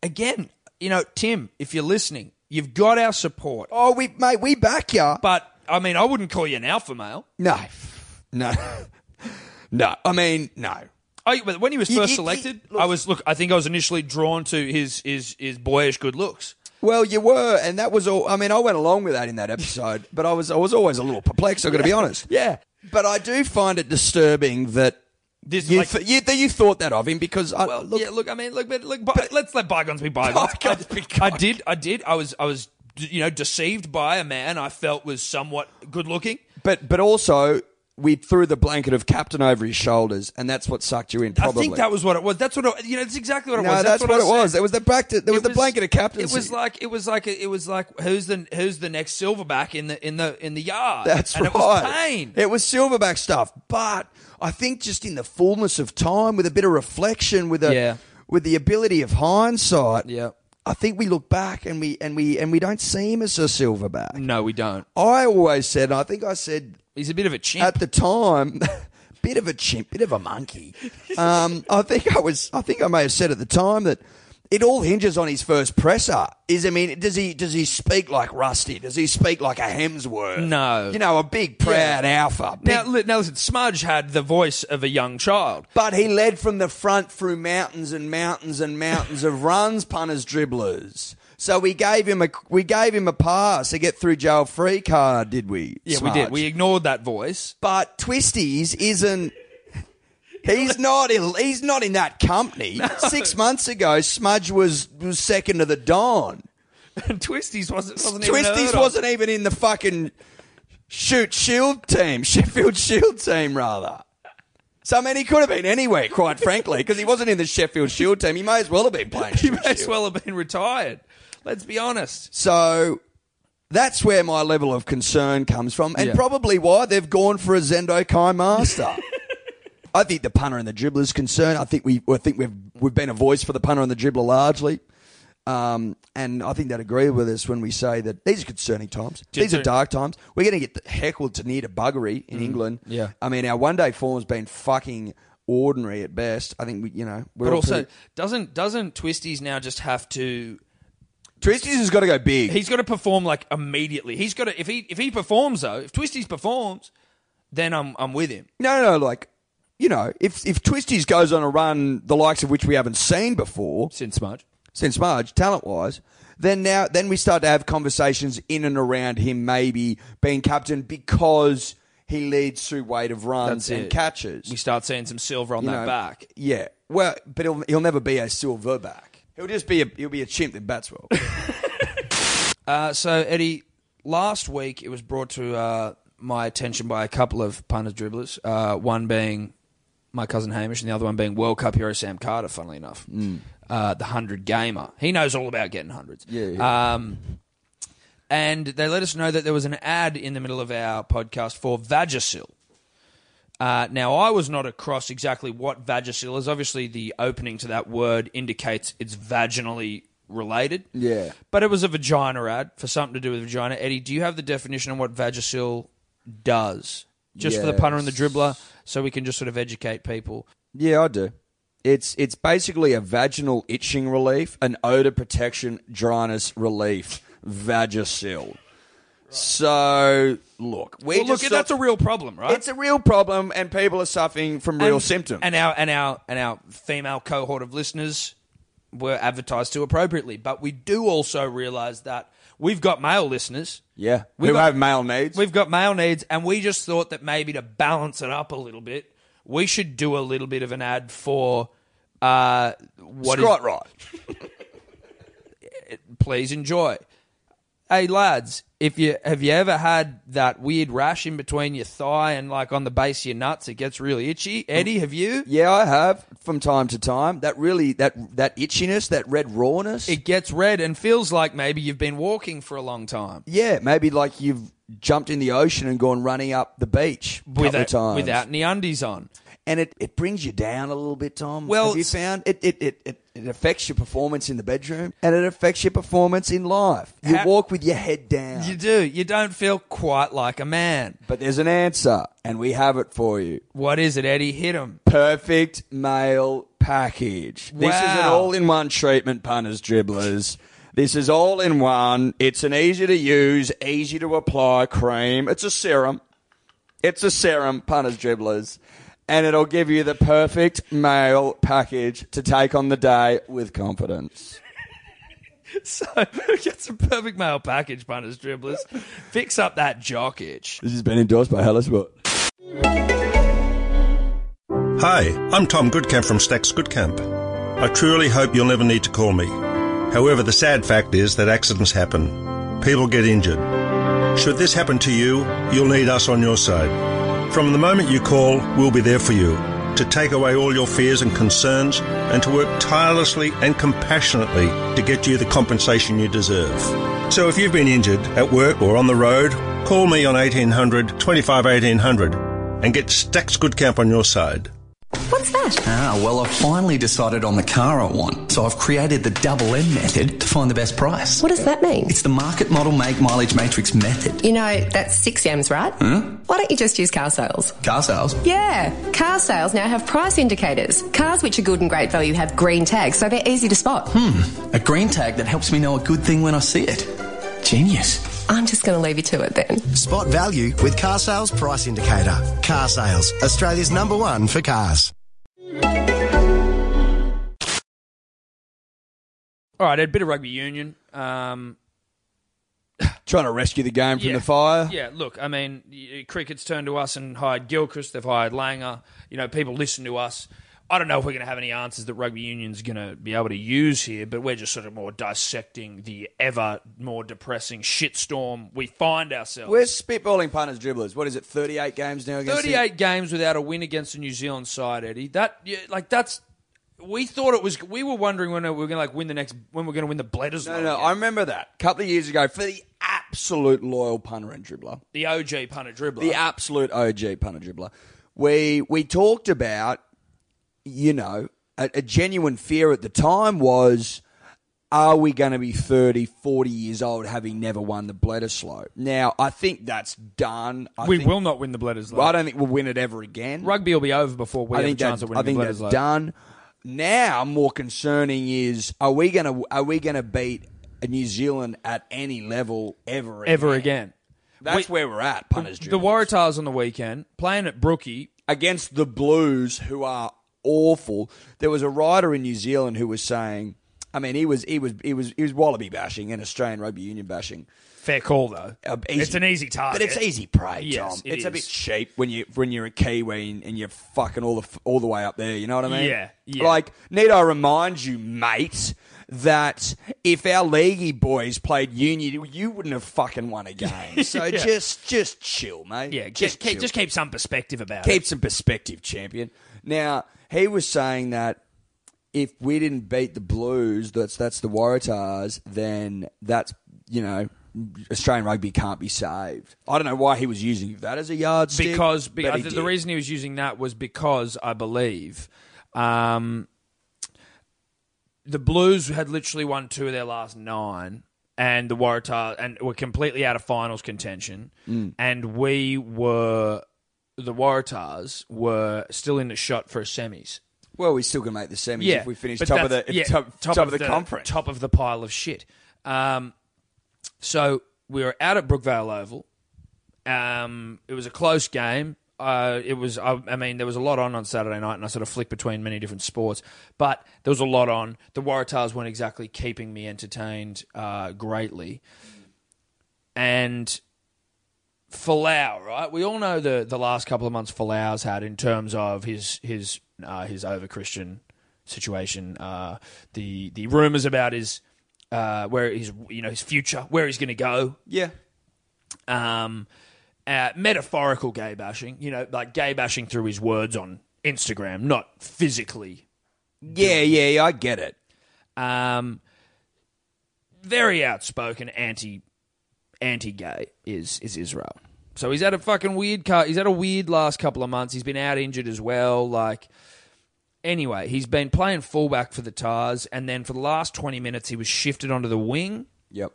Speaker 2: Again, you know, Tim, if you're listening, you've got our support.
Speaker 3: Oh, we mate, we back ya.
Speaker 2: But I mean, I wouldn't call you an alpha male.
Speaker 3: No, no, no. I mean, no.
Speaker 2: Oh, but when he was first
Speaker 3: you-
Speaker 2: selected,
Speaker 3: you- look-
Speaker 2: I was look. I think I was initially drawn to his his his boyish good looks.
Speaker 3: Well, you were, and that was all. I mean, I went along with that in that episode, but I was I was always a little perplexed. I've got to be honest.
Speaker 2: Yeah.
Speaker 3: But I do find it disturbing that
Speaker 2: This
Speaker 3: you,
Speaker 2: like,
Speaker 3: th- you that you thought that of him because I
Speaker 2: well,
Speaker 3: look.
Speaker 2: Oh, yeah. Look, I mean, look, but look, but, let's let bygones be bygones.
Speaker 3: Bygones be
Speaker 2: I, I did, I did. I was, I was, d- you know, deceived by a man I felt was somewhat good looking.
Speaker 3: But but also we threw the blanket of captain over his shoulders, and that's what sucked you in. Probably.
Speaker 2: I think that was what it was. That's what it, you know. That's exactly what it
Speaker 3: No,
Speaker 2: was.
Speaker 3: that's, what,
Speaker 2: I
Speaker 3: it was.
Speaker 2: said.
Speaker 3: It was the blanket. There was
Speaker 2: It
Speaker 3: the blanket of captaincy.
Speaker 2: It was like it was like it was like who's the who's the next silverback in the in the in the yard?
Speaker 3: that's
Speaker 2: and
Speaker 3: right.
Speaker 2: It was pain.
Speaker 3: It was silverback stuff, but I think just in the fullness of time, with a bit of reflection, with a
Speaker 2: Yeah.
Speaker 3: with the ability of hindsight,
Speaker 2: Yeah.
Speaker 3: I think we look back and we and we and we don't see him as a silverback.
Speaker 2: No, we don't.
Speaker 3: I always said, and I think I said
Speaker 2: He's a bit of a chimp.
Speaker 3: at the time, bit of a chimp, bit of a monkey. Um, I think I was. I think I may have said at the time that it all hinges on his first presser. Is I mean, does he does he speak like Rusty? Does he speak like a Hemsworth?
Speaker 2: No.
Speaker 3: you know, a big proud alpha. big-
Speaker 2: now, li- now listen. Smudge had the voice of a young child.
Speaker 3: but he led from the front through mountains and mountains and mountains of runs, punters, dribblers. So we gave him a we gave him a pass to get through jail free card, did we?
Speaker 2: Yeah, we did.
Speaker 3: Smudge?
Speaker 2: We ignored that voice.
Speaker 3: but Twisties isn't. He's not. ill- He's not in that company. Six months ago, Smudge was, was second to the Don.
Speaker 2: And Twisties wasn't. wasn't even heard
Speaker 3: Twisties
Speaker 2: of.
Speaker 3: wasn't even in the fucking shoot Shield team, Sheffield Shield team, rather. So I mean, he could have been anywhere, quite frankly, because he wasn't in the Sheffield Shield team. He may as well have been playing.
Speaker 2: He
Speaker 3: Shoot
Speaker 2: may as
Speaker 3: Shield.
Speaker 2: well have been retired. Let's be honest.
Speaker 3: So that's where my level of concern comes from, and
Speaker 2: Yeah.
Speaker 3: probably why they've gone for a Zendo Kai Master. I think the punter and the dribbler's concern. I think we I think we've we've been a voice for the punter and the dribbler largely. Um, and I think they'd agree with us when we say that these are concerning times. These are
Speaker 2: do-
Speaker 3: dark times. We're going to get heckled to near to buggery in England.
Speaker 2: Mm, yeah.
Speaker 3: I mean, our one day form's been fucking ordinary at best. I think we, you know, we're
Speaker 2: But
Speaker 3: all
Speaker 2: also,
Speaker 3: pretty-
Speaker 2: doesn't doesn't Twisties now just have to?
Speaker 3: Tristis has got to go big.
Speaker 2: He's got to perform like immediately. He's got to if he if he performs though. If Twisties performs, then I'm I'm with him.
Speaker 3: No, no, no, like you know, if if Twisties goes on a run the likes of which we haven't seen before
Speaker 2: Since Smudge.
Speaker 3: since Marge, talent wise, then now then we start to have conversations in and around him maybe being captain because he leads through weight of runs
Speaker 2: That's
Speaker 3: and
Speaker 2: it.
Speaker 3: catches.
Speaker 2: We start seeing some silver on
Speaker 3: You
Speaker 2: that
Speaker 3: know,
Speaker 2: back.
Speaker 3: Yeah. Well, but he'll, he'll never be a silver back. He'll just be a he'll be a chimp that bats well.
Speaker 2: Uh, so Eddie, last week it was brought to uh, my attention by a couple of punter dribblers. Uh, one being my cousin Hamish, and the other one being World Cup hero Sam Carter. Funnily enough,
Speaker 3: Mm.
Speaker 2: uh, the hundred gamer. He knows all about getting hundreds.
Speaker 3: Yeah,
Speaker 2: Um, and they let us know that there was an ad in the middle of our podcast for Vagisil. Uh, now, I was not across exactly what vagisil is. Obviously, the opening to that word indicates it's vaginally related.
Speaker 3: Yeah.
Speaker 2: But it was a vagina ad for something to do with vagina. Eddie, do you have the definition on what Vagisil does? Just for the punter and the dribbler, so we can just sort of educate people.
Speaker 3: Yeah, I do. It's it's basically a vaginal itching relief, an odor protection, dryness relief, Vagisil. So look, we
Speaker 2: Well, look,
Speaker 3: just
Speaker 2: that's a real problem, right?
Speaker 3: it's a real problem, and people are suffering from real
Speaker 2: and,
Speaker 3: symptoms.
Speaker 2: And our and our and our female cohort of listeners were advertised to appropriately, but we do also realise that we've got male listeners.
Speaker 3: yeah,
Speaker 2: We've
Speaker 3: who
Speaker 2: got-
Speaker 3: have male needs?
Speaker 2: We've got male needs, and we just thought that maybe to balance it up a little bit, we should do a little bit of an ad for uh, what is-
Speaker 3: Scott right.
Speaker 2: please enjoy. Hey lads, if you have you ever had that weird rash in between your thigh and like on the base of your nuts, it gets really itchy. Eddie, have you?
Speaker 3: Yeah, I have from time to time. That really that that itchiness, that red rawness.
Speaker 2: It gets red and feels like maybe you've been walking for a long time
Speaker 3: yeah, maybe like you've jumped in the ocean and gone running up the beach a couple of
Speaker 2: without
Speaker 3: times.
Speaker 2: without any undies on.
Speaker 3: and it, it brings you down a little bit, Tom.
Speaker 2: Well,
Speaker 3: have you
Speaker 2: it's-
Speaker 3: found it it, it, it it affects your performance in the bedroom and it affects your performance in life. You
Speaker 2: How-
Speaker 3: walk with your head down.
Speaker 2: You do. You don't feel quite like a man.
Speaker 3: but there's an answer, and we have it for you.
Speaker 2: What is it, Eddie? Hit him.
Speaker 3: Perfect male package. This is an
Speaker 2: Wow.
Speaker 3: all-in-one treatment, punters, dribblers. This is all in one. It's an easy to use, easy to apply cream. It's a serum. It's a serum, punters, dribblers. And it'll give you the perfect male package to take on the day with confidence.
Speaker 2: So it's a perfect male package, punters, dribblers. Fix up that jock itch.
Speaker 3: This has been endorsed by Hellaswood.
Speaker 4: Hi, I'm Tom Goodcamp from Stacks Goodcamp. I truly hope you'll never need to call me. However, the sad fact is that accidents happen. People get injured. Should this happen to you, you'll need us on your side. From the moment you call, we'll be there for you to take away all your fears and concerns and to work tirelessly and compassionately to get you the compensation you deserve. So if you've been injured at work or on the road, call me on 1800 25 1800 and get Stacks Goodcamp on your side.
Speaker 5: What's that?
Speaker 6: Ah, well, I've finally decided on the car I want, so I've created the double M method to find the best price.
Speaker 5: What does that mean?
Speaker 6: It's the market model make mileage matrix method.
Speaker 5: You know, that's six M's, right? Why don't you just use car sales?
Speaker 6: Car sales.
Speaker 5: Yeah, car sales now have price indicators. Cars which are good and great value have green tags, so they're easy to spot. Hmm.
Speaker 6: A green tag that helps me know a good thing when I see it. Genius.
Speaker 5: I'm just going to leave you to it then.
Speaker 7: Spot value with Car Sales Price Indicator. Car Sales, Australia's number one for cars.
Speaker 2: All right, a bit of rugby union. Um,
Speaker 3: Trying to rescue the game from
Speaker 2: yeah.
Speaker 3: the fire.
Speaker 2: Yeah, look, I mean, y- cricket's turned to us and hired Gilchrist. They've hired Langer. You know, people listen to us. I don't know if we're going to have any answers that rugby union's going to be able to use here, but we're just sort of more dissecting the ever more depressing shitstorm we find ourselves.
Speaker 3: We're spitballing punters, dribblers. What is it, 38 games now against the-
Speaker 2: 38 games without a win against the New Zealand side, Eddie. That yeah, like that's we thought it was. We were wondering when we were going to like win the next when we're going to win the Bledisloe.
Speaker 3: No, no,
Speaker 2: again.
Speaker 3: I remember that a couple of years ago for the absolute loyal punter and dribbler,
Speaker 2: the OG punter dribbler.
Speaker 3: the absolute OG punter dribbler. We we talked about, you know, a, a genuine fear at the time was, are we going to be 30, 40 years old having never won the Bledisloe? Now I think that's done. I
Speaker 2: we
Speaker 3: think-
Speaker 2: will not win the Bledisloe.
Speaker 3: I don't think we'll win it ever again.
Speaker 2: Rugby will be over before we
Speaker 3: I
Speaker 2: have
Speaker 3: think
Speaker 2: a chance
Speaker 3: that's,
Speaker 2: of
Speaker 3: I
Speaker 2: winning
Speaker 3: think
Speaker 2: the
Speaker 3: that's
Speaker 2: Bledisloe.
Speaker 3: done. Now, more concerning is are we gonna are we gonna beat New Zealand at any level ever again?
Speaker 2: Ever again.
Speaker 3: That's
Speaker 2: We-
Speaker 3: where we're at, punters.
Speaker 2: The
Speaker 3: dribblers.
Speaker 2: Waratahs on the weekend playing at Brookie.
Speaker 3: against the Blues, who are awful. There was a writer in New Zealand who was saying, I mean, he was he was he was he was Wallaby bashing and Australian Rugby Union bashing.
Speaker 2: Fair call though.
Speaker 3: Uh,
Speaker 2: It's an easy target,
Speaker 3: but it's easy prey,
Speaker 2: Yes,
Speaker 3: Tom.
Speaker 2: it
Speaker 3: it's a
Speaker 2: is.
Speaker 3: bit cheap when you when you're a Kiwi and, and you're fucking all the f- all the way up there. You know what I mean?
Speaker 2: Yeah, yeah.
Speaker 3: Like, need I remind you, mate, that if our leaguey boys played union, you wouldn't have fucking won a game. So
Speaker 2: Yeah.
Speaker 3: just just chill, mate.
Speaker 2: Yeah, just keep,
Speaker 3: chill.
Speaker 2: just keep some perspective about it.
Speaker 3: keep some perspective, champion. Now he was saying that if we didn't beat the Blues, that's that's the Waratahs, then that's you know Australian rugby can't be saved. I don't know why he was using that as a yardstick
Speaker 2: because,
Speaker 3: but
Speaker 2: because
Speaker 3: he
Speaker 2: the,
Speaker 3: did.
Speaker 2: reason he was using that was because I believe um, the Blues had literally won two of their last nine, and the Waratahs and were completely out of finals contention, and we were the Waratahs were still in the shot for a semis.
Speaker 3: Well, we still can make the semis if we finish
Speaker 2: but
Speaker 3: top of the
Speaker 2: that's-
Speaker 3: if
Speaker 2: yeah,
Speaker 3: top, top, of the, conference.
Speaker 2: top of the pile of shit. Um, so we were out at Brookvale Oval. Um, it was a close game. Uh, it was. I, I mean, there was a lot on on Saturday night, and I sort of flicked between many different sports. But there was a lot on. The Waratahs weren't exactly keeping me entertained uh, greatly. And Falau, right? We all know the the last couple of months Falau's had in terms of his his uh, his over Christian situation, uh, the the rumors about his uh, where his you know his future, where he's going to go,
Speaker 3: yeah,
Speaker 2: um, uh, metaphorical gay bashing, you know, like gay bashing through his words on Instagram, not physically
Speaker 3: yeah, yeah, yeah. I get it.
Speaker 2: um, very outspoken anti anti gay is is Israel. So he's had a fucking weird cut. He's had a weird last couple of months. He's been out injured as well. Like anyway, he's been playing fullback for the Tars, and then for the last twenty minutes, he was shifted onto the wing
Speaker 3: Yep.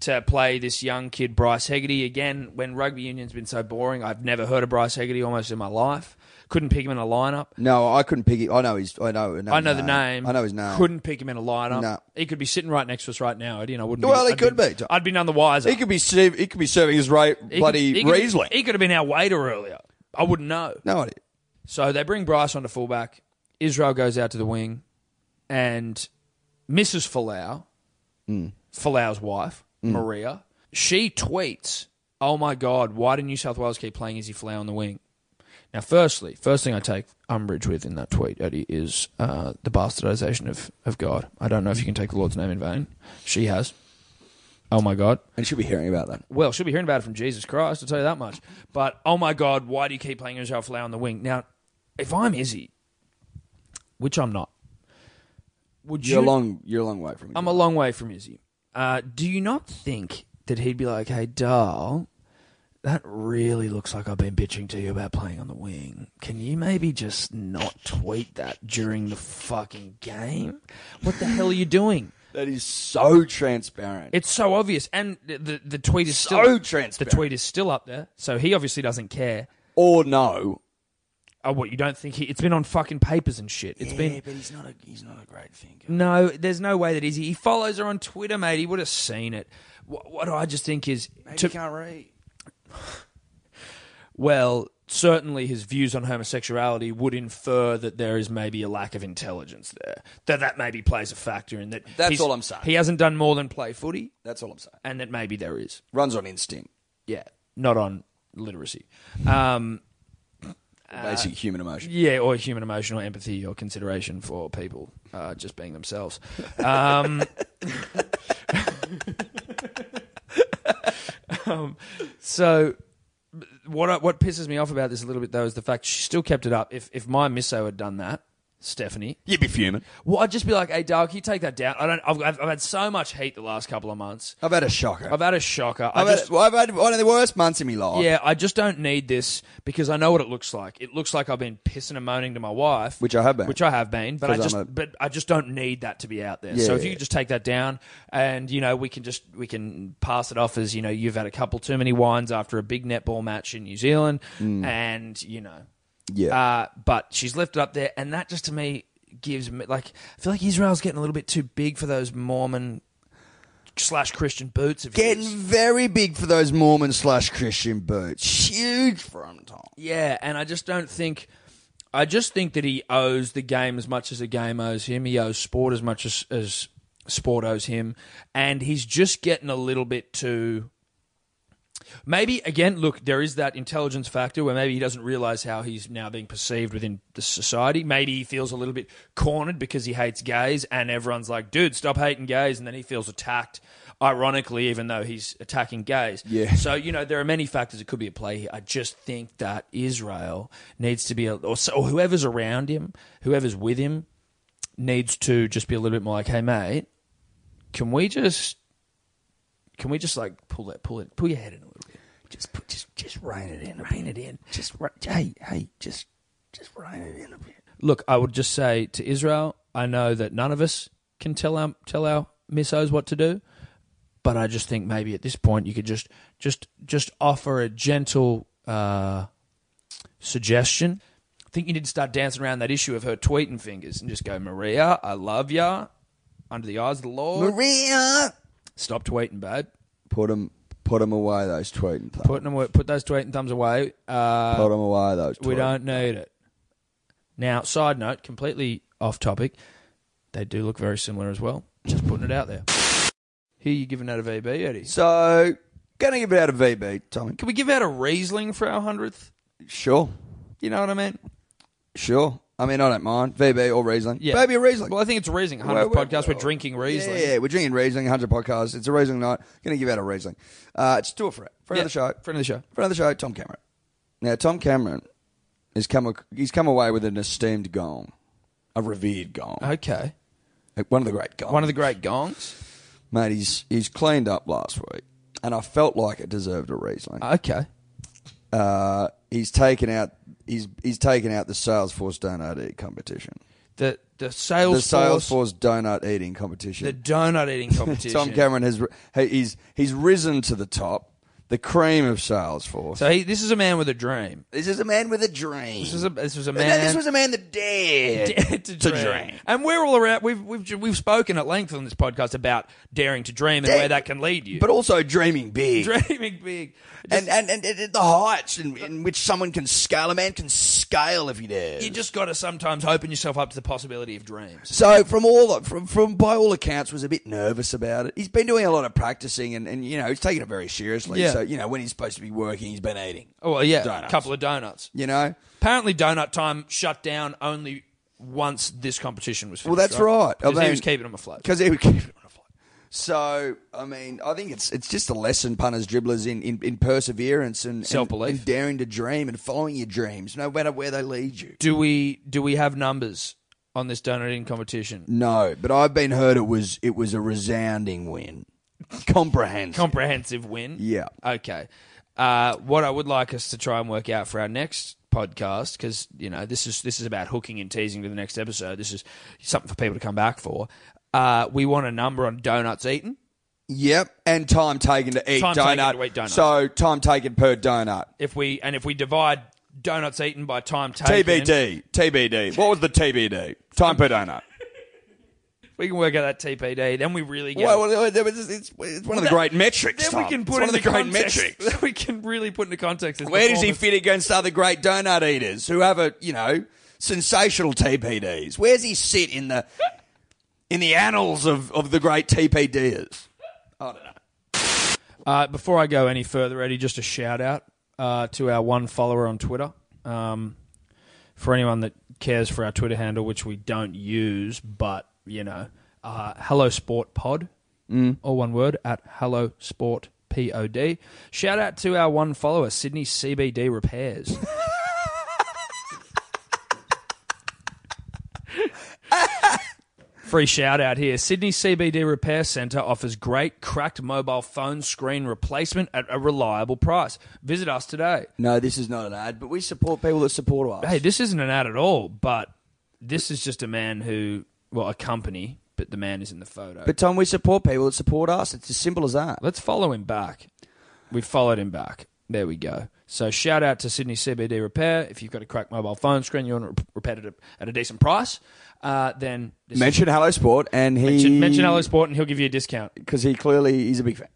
Speaker 2: to play this young kid Bryce Hegarty again. When rugby union's been so boring, I've never heard of Bryce Hegarty almost in my life. Couldn't pick him in a lineup.
Speaker 3: No, I couldn't pick it. I know his. I know. I know,
Speaker 2: I know
Speaker 3: his
Speaker 2: the name.
Speaker 3: I know his name.
Speaker 2: Couldn't pick him in a lineup.
Speaker 3: No.
Speaker 2: He could be sitting right next to us right now, Eddie, and I wouldn't.
Speaker 3: Well,
Speaker 2: be,
Speaker 3: he
Speaker 2: I'd
Speaker 3: could
Speaker 2: be,
Speaker 3: be.
Speaker 2: I'd be none the wiser.
Speaker 3: He could be. serv- He could be serving his right
Speaker 2: He could-
Speaker 3: bloody
Speaker 2: he could-
Speaker 3: Riesling.
Speaker 2: He could have been our waiter earlier. I wouldn't know.
Speaker 3: no idea.
Speaker 2: So they bring Bryce onto fullback. Israel goes out to the wing, and Mrs. Falau, Falau's wife Maria, she tweets, "Oh my God, why did New South Wales keep playing Izzy Falau on the wing?" Now, firstly, first thing I take umbrage with in that tweet, Eddie, is uh, the bastardization of, of God. I don't know if you can take the Lord's name in vain. She has. Oh my God.
Speaker 3: And she'll be hearing about that.
Speaker 2: Well, she'll be hearing about it from Jesus Christ, I'll tell you that much. But oh my God, why do you keep playing Israel Folau on the wing? Now, if I'm Izzy, which I'm not, would you?
Speaker 3: You're a long. You're a long way from.
Speaker 2: I'm a long way from Izzy. Uh, do you not think that he'd be like, "Hey, doll, that really looks like I've been bitching to you about playing on the wing. Can you maybe just not tweet that during the fucking game? What the hell are you doing?"
Speaker 3: That is so transparent.
Speaker 2: It's so obvious, and the the, the tweet is
Speaker 3: So
Speaker 2: still
Speaker 3: transparent.
Speaker 2: The tweet is still up there, so he obviously doesn't care.
Speaker 3: or no.
Speaker 2: Oh, what you don't think he? It's been on fucking papers and shit. It's been
Speaker 3: but he's not. A, he's not a great thinker.
Speaker 2: no. There's no way that Izzy. He follows her on Twitter, mate. He would have seen it. What, what I just think is, to-
Speaker 3: can't read.
Speaker 2: well, certainly his views on homosexuality would infer that there is maybe a lack of intelligence there. That that maybe plays a factor in that.
Speaker 3: That's
Speaker 2: he's-
Speaker 3: all I'm saying.
Speaker 2: He hasn't done more than play footy,
Speaker 3: That's all I'm saying.
Speaker 2: and that maybe there is.
Speaker 3: Runs on instinct,
Speaker 2: Yeah, not on literacy. Um,
Speaker 3: basic human emotion.
Speaker 2: Uh, Yeah, or human emotional empathy or consideration for people uh, just being themselves. Um, um, so, what I, what pisses me off about this a little bit though is the fact she still kept it up. If if my misso had done that, Stephanie,
Speaker 3: You'd be fuming.
Speaker 2: well, I'd just be like, "Hey, Dark, you take that down." I don't. I've, I've, I've had so much heat the last couple of months.
Speaker 3: I've had a shocker.
Speaker 2: I've had a shocker. I
Speaker 3: I've, had,
Speaker 2: just,
Speaker 3: well, I've had one of the worst months in my life.
Speaker 2: yeah, I just don't need this because I know what it looks like. It looks like I've been pissing and moaning to my wife,
Speaker 3: Which I have been.
Speaker 2: which I have been. But I
Speaker 3: 'Cause
Speaker 2: just,
Speaker 3: I'm a-
Speaker 2: but I just don't need that to be out there.
Speaker 3: Yeah,
Speaker 2: so if
Speaker 3: yeah,
Speaker 2: you could just take that down, and you know, we can just we can pass it off as you know, you've had a couple too many wines after a big netball match in New Zealand, and you know,
Speaker 3: Mm. Yeah.
Speaker 2: uh, but she's left it up there, and that just to me gives me like I feel like Israel's getting a little bit too big for those Mormon slash Christian boots. Of
Speaker 3: Getting
Speaker 2: his.
Speaker 3: very big for those Mormon slash Christian boots. Huge for him, Tom.
Speaker 2: Yeah, and I just don't think. I just think that he owes the game as much as the game owes him. He owes sport as much as, as sport owes him, and he's just getting a little bit too. Maybe again, look, there is that intelligence factor where maybe he doesn't realize how he's now being perceived within the society. Maybe he feels a little bit cornered because he hates gays, and everyone's like, "Dude, stop hating gays," and then he feels attacked. Ironically, even though he's attacking gays,
Speaker 3: Yeah.
Speaker 2: So you know there are many factors that could be at play here. I just think that Israel needs to be, a, or, so, or whoever's around him, whoever's with him, needs to just be a little bit more like, "Hey, mate, can we just, can we just like pull that, pull it, pull your head in a little bit."
Speaker 8: Just put, just just rein it in. Rein it in. Just re- hey hey just just rein it in a bit.
Speaker 2: Look, I would just say to Israel, I know that none of us can tell our tell our missos what to do. But I just think maybe at this point you could just just just offer a gentle uh, suggestion. I think you need to start dancing around that issue of her tweeting fingers and just go, Maria, I love ya. Under the eyes of the Lord.
Speaker 3: Maria.
Speaker 2: Stop tweeting, babe.
Speaker 3: Put them, put them away. Those tweeting thumbs.
Speaker 2: Put
Speaker 3: Put,
Speaker 2: them, put those tweeting thumbs away. Uh,
Speaker 3: them away. Those.
Speaker 2: we
Speaker 3: tweeting-
Speaker 2: don't need it. Now, side note, completely off topic, they do look very similar as well. Just putting it out there. Here you giving out a VB, Eddie.
Speaker 3: So, gonna give it out of VB, Tommy.
Speaker 2: Can we give out a Riesling for our hundredth?
Speaker 3: Sure,
Speaker 2: You know what I mean?
Speaker 3: sure. I mean, I don't mind VB or Riesling.
Speaker 2: Yeah.
Speaker 3: Maybe a Riesling.
Speaker 2: Well, I think it's Riesling. Hundredth
Speaker 3: Well,
Speaker 2: podcast. We're
Speaker 3: well,
Speaker 2: drinking Riesling.
Speaker 3: Yeah, yeah, we're drinking Riesling, 100 podcasts. It's a Riesling night. Going to give out a Riesling. Uh, just do it for it. Friend of the
Speaker 2: Yeah,
Speaker 3: show.
Speaker 2: friend of the show.
Speaker 3: Friend of the show, Tom Cameron. Now, Tom Cameron has come, ac- he's come away with an esteemed gong, a revered gong,
Speaker 2: Okay.
Speaker 3: Like, one of the great gongs.
Speaker 2: Uh-huh. One of the great gongs.
Speaker 3: Mate, he's, he's cleaned up last week, and I felt like it deserved a Riesling.
Speaker 2: Okay.
Speaker 3: Uh, he's taken out. He's he's taken out the Salesforce donut eat competition.
Speaker 2: The the sales
Speaker 3: The
Speaker 2: force,
Speaker 3: Salesforce donut eating competition.
Speaker 2: the donut eating competition.
Speaker 3: Tom Cameron has he- he's he's risen to the top, the cream of Salesforce.
Speaker 2: So he, this is a man with a dream.
Speaker 3: this is a man with a dream.
Speaker 2: This is a this was a
Speaker 3: No,
Speaker 2: man.
Speaker 3: this was a man that dared.
Speaker 2: Dare to dream.
Speaker 3: dream.
Speaker 2: And we're all around. We've we've ju- we've spoken at length on this podcast about daring to dream and
Speaker 3: Dare-
Speaker 2: where that can lead you.
Speaker 3: But also dreaming big.
Speaker 2: dreaming big.
Speaker 3: and, and, and, and the heights in, in which someone can scale. A man can scale if he dares.
Speaker 2: You just got to sometimes open yourself up to the possibility of dreams.
Speaker 3: So from all from from by all accounts was a bit nervous about it. He's been doing a lot of practicing and, and you know he's taking it very seriously.
Speaker 2: Yeah.
Speaker 3: So you know when he's supposed to be working, he's been eating.
Speaker 2: Oh well, yeah,
Speaker 3: Donuts.
Speaker 2: a couple of donuts.
Speaker 3: You know.
Speaker 2: Apparently, donut time shut down only once this competition was
Speaker 3: Well,
Speaker 2: finished.
Speaker 3: that's right.
Speaker 2: Because
Speaker 3: I
Speaker 2: he
Speaker 3: mean-
Speaker 2: was keeping them afloat.
Speaker 3: Because he would keep it on a flight. So I mean, I think it's it's just a lesson, punters, dribblers, in in, in perseverance and and-
Speaker 2: Self-belief.
Speaker 3: and daring to dream and following your dreams, no matter where they lead you.
Speaker 2: do we do we have numbers on this donut eating competition?
Speaker 3: No, but I've been heard it was it was a resounding win, comprehensive.
Speaker 2: Comprehensive win.
Speaker 3: Yeah.
Speaker 2: Okay. Uh, what I would like us to try and work out for our next podcast, because you know this is this is about hooking and teasing to the next episode. This is something for people to come back for. Uh, we want a number on donuts eaten.
Speaker 3: yep, and time taken to eat
Speaker 2: Time
Speaker 3: donut.
Speaker 2: taken to eat donut.
Speaker 3: So time taken per donut.
Speaker 2: If we and if we divide donuts eaten by time taken,
Speaker 3: TBD. TBD. What was the TBD? Time per donut.
Speaker 2: we can work out that TPD. Then we really get.
Speaker 3: Well, well, there was- it's, it's one of the great metrics.
Speaker 2: then
Speaker 3: Tom.
Speaker 2: we can
Speaker 3: It's
Speaker 2: put
Speaker 3: one
Speaker 2: in
Speaker 3: of the great
Speaker 2: context-
Speaker 3: metrics.
Speaker 2: Then we can really put into context. his
Speaker 3: Where does he
Speaker 2: performance.
Speaker 3: fit against other great donut eaters who have a you know sensational TPDs? Where's he sit in the in the annals of, of the great TPDers?
Speaker 2: Uh, before I go any further, Eddie, just a shout out uh, to our one follower on Twitter. Um, for anyone that cares for our Twitter handle, which we don't use, but you know, uh, Hello Sport Pod, all one word at Hello Sport Pod. Shout out to our one follower, Sydney CBD Repairs. Free shout out here. Sydney CBD Repair Centre offers great cracked mobile phone screen replacement at a reliable price. Visit us today.
Speaker 3: No, this is not an ad, but we support people that support us.
Speaker 2: Hey, this isn't an ad at all, but this is just a man who, well, a company, but the man is in the photo.
Speaker 3: but Tom, we support people that support us. It's as simple as that.
Speaker 2: Let's follow him back. We followed him back. There we go. So shout out to Sydney CBD Repair. If you've got a cracked mobile phone screen, you want to repair it at a decent price, uh, then this is-
Speaker 3: Mention Hello Sport, and he
Speaker 2: mention, mention Hello Sport and he'll give you a discount.
Speaker 3: because he clearly he's a big fan.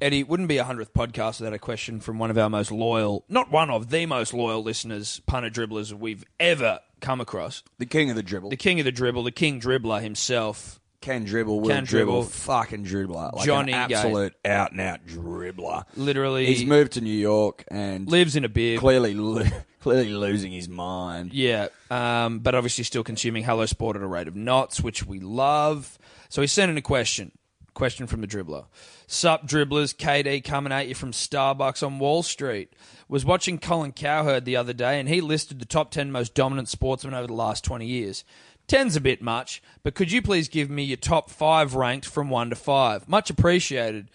Speaker 2: Eddie, it wouldn't be a hundredth podcast without a question from one of our most loyal, not one of the most loyal listeners, punter dribblers we've ever come across.
Speaker 3: The king of the dribble,
Speaker 2: The king of the dribble, the king dribbler himself.
Speaker 3: can dribble, will
Speaker 2: Can
Speaker 3: dribble,
Speaker 2: dribble.
Speaker 3: fucking dribbler, like
Speaker 2: Johnny
Speaker 3: an
Speaker 2: Gay.
Speaker 3: absolute out and out dribbler.
Speaker 2: Literally,
Speaker 3: He's moved to New York and
Speaker 2: lives in a beer.
Speaker 3: clearly lo- clearly losing his mind.
Speaker 2: Yeah, um, but obviously still consuming Hello Sport at a rate of knots, which we love. So he sent in a question. Question from the dribbler. Sup, dribblers. KD coming at you from Starbucks on Wall Street. Was watching Colin Cowherd the other day, and he listed the top 10 most dominant sportsmen over the last 20 years. 10's a bit much, but could you please give me your top five ranked from one to five? Much appreciated.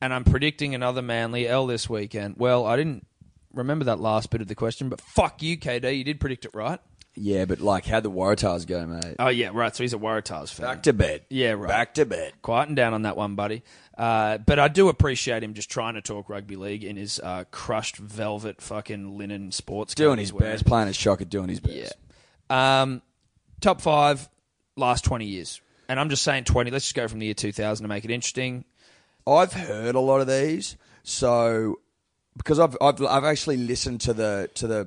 Speaker 2: And I'm predicting another Manly L this weekend. Well, I didn't remember that last bit of the question, but fuck you, KD. You did predict it right.
Speaker 3: Yeah, but like, how'd the Waratahs go, mate?
Speaker 2: Oh yeah, right. So he's a Waratahs fan.
Speaker 3: Back to bed.
Speaker 2: Yeah, right.
Speaker 3: Back to bed.
Speaker 2: Quieting down on that one, buddy. Uh, but I do appreciate him just trying to talk rugby league in his uh, crushed velvet fucking linen sports.
Speaker 3: Doing
Speaker 2: coat
Speaker 3: his
Speaker 2: he's wearing.
Speaker 3: best, playing his shocker, doing his best.
Speaker 2: Yeah. Um, top five last twenty years, and I'm just saying twenty. Let's just go from the year 2000 to make it interesting.
Speaker 3: I've heard a lot of these, so because I've I've, I've actually listened to the to the,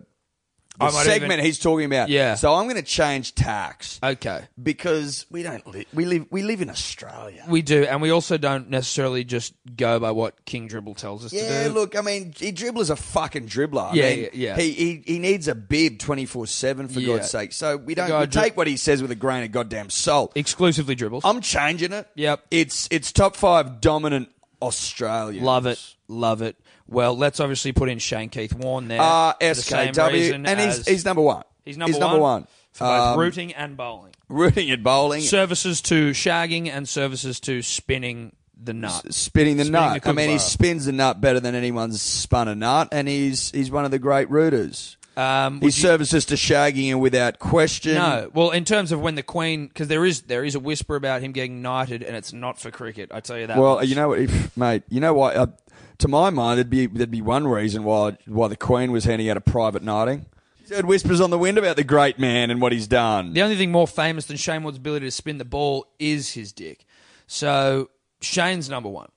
Speaker 3: the
Speaker 2: I might
Speaker 3: segment
Speaker 2: even-
Speaker 3: he's talking about.
Speaker 2: Yeah.
Speaker 3: So I'm going to change tax
Speaker 2: Okay,
Speaker 3: because we don't li- we live we live in Australia.
Speaker 2: we do, and we also don't necessarily just go by what King Dribble tells us to
Speaker 3: Yeah,
Speaker 2: do.
Speaker 3: look, I mean, he dribblers a fucking dribbler. I
Speaker 2: Yeah,
Speaker 3: mean,
Speaker 2: yeah, yeah.
Speaker 3: He, he he needs a bib twenty four seven for
Speaker 2: Yeah.
Speaker 3: God's sake. So we
Speaker 2: guy
Speaker 3: don't we
Speaker 2: dri-
Speaker 3: take what he says with a grain of goddamn salt.
Speaker 2: Exclusively dribbles.
Speaker 3: I'm changing it.
Speaker 2: Yep.
Speaker 3: It's it's top five dominant Australia.
Speaker 2: Love it, love it. Well, let's obviously put in Shane Keith Warren there.
Speaker 3: Uh,
Speaker 2: for the same
Speaker 3: SKW,
Speaker 2: reason
Speaker 3: and he's
Speaker 2: as-
Speaker 3: he's number one.
Speaker 2: He's number one. For both
Speaker 3: Um,
Speaker 2: rooting and bowling.
Speaker 3: rooting and bowling,
Speaker 2: Services to shagging and services to spinning the nut.
Speaker 3: spinning the
Speaker 2: Spinning
Speaker 3: nut.
Speaker 2: the
Speaker 3: I mean, he
Speaker 2: kookaburra.
Speaker 3: spins the nut better than anyone's spun a nut, and he's he's one of the great rooters.
Speaker 2: Um, would
Speaker 3: His services to shagging and without question.
Speaker 2: No, well, in terms of when the Queen, because there is there is a whisper about him getting knighted, and it's not for cricket. I tell you that.
Speaker 3: Well,
Speaker 2: much.
Speaker 3: you know what, if, mate? You know why? Uh, to my mind, there'd be there'd be one reason why why the Queen was handing out a private knighting. She's heard whispers on the wind about the great man and what he's done.
Speaker 2: the only thing more famous than Shane Warne's ability to spin the ball is his dick. So Shane's number one.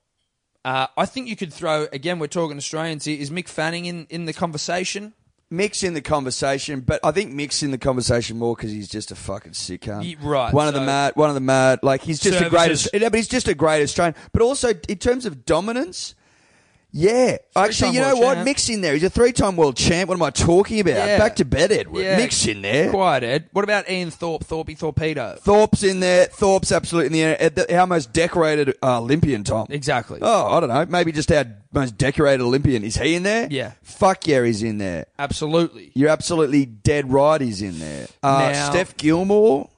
Speaker 2: Uh, I think you could throw again. We're talking Australians here. Is Mick Fanning in in the conversation?
Speaker 3: Mick's in the conversation, but I think Mick's in the conversation more because he's just a fucking sick cunt.
Speaker 2: Ye- right,
Speaker 3: One of
Speaker 2: so-
Speaker 3: the mad. One of the mad. Like he's just a great.
Speaker 2: Services.
Speaker 3: Yeah, but he's just a great Australian. But also in terms of dominance, yeah. Actually, you know
Speaker 2: world
Speaker 3: what?
Speaker 2: champ.
Speaker 3: Mick's in there. He's a three-time world champ. What am I talking about?
Speaker 2: Yeah.
Speaker 3: Back to bed, Edward. Mick's in there.
Speaker 2: Quiet, Ed. What about Ian Thorpe, Thorpey Torpedo?
Speaker 3: Thorpe's in there. Thorpe's absolutely in the air. At the- Our most decorated uh, Olympian, Tom.
Speaker 2: Exactly.
Speaker 3: Oh, I don't know. Maybe just our most decorated Olympian. Is he in there?
Speaker 2: Yeah.
Speaker 3: Fuck yeah, he's in there.
Speaker 2: Absolutely.
Speaker 3: You're absolutely dead right. He's in there. Uh,
Speaker 2: Now-
Speaker 3: Steph Gilmore.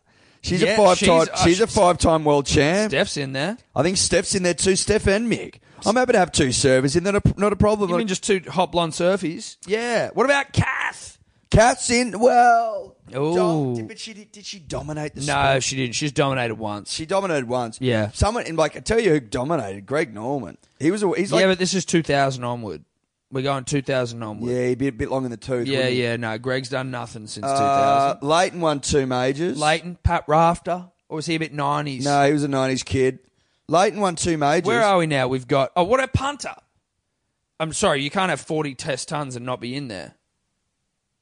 Speaker 3: She's
Speaker 2: Yeah,
Speaker 3: a five time.
Speaker 2: she's- uh,
Speaker 3: she's a
Speaker 2: she's-
Speaker 3: five time world champ.
Speaker 2: Steph's in there.
Speaker 3: I think Steph's in there too. Steph and Mick. I'm happy to have two servers in there. Not a, not a problem.
Speaker 2: You mean just two hot blonde surfies?
Speaker 3: yeah.
Speaker 2: What about Kath?
Speaker 3: Cat's in. Well,
Speaker 2: Ooh.
Speaker 3: dom- but she did, did she dominate the?
Speaker 2: No,
Speaker 3: sport?
Speaker 2: she didn't. She's dominated once.
Speaker 3: she dominated once.
Speaker 2: Yeah.
Speaker 3: Someone and like I tell you who dominated. Greg Norman. He was. A, he's like.
Speaker 2: yeah, but this is 2000 onward. We're going 2000 onward.
Speaker 3: yeah, he'd be a bit long in the tooth.
Speaker 2: yeah,
Speaker 3: wouldn't he?
Speaker 2: yeah, No, Greg's done nothing since
Speaker 3: Uh,
Speaker 2: 2000.
Speaker 3: Leighton won two majors.
Speaker 2: Leighton, Pat Rafter, or was he a bit 90s?
Speaker 3: No, he was a '90s kid. Leighton won two majors.
Speaker 2: Where are we now? We've got. Oh, what a punter! I'm sorry, you can't have 40 test tons and not be in there.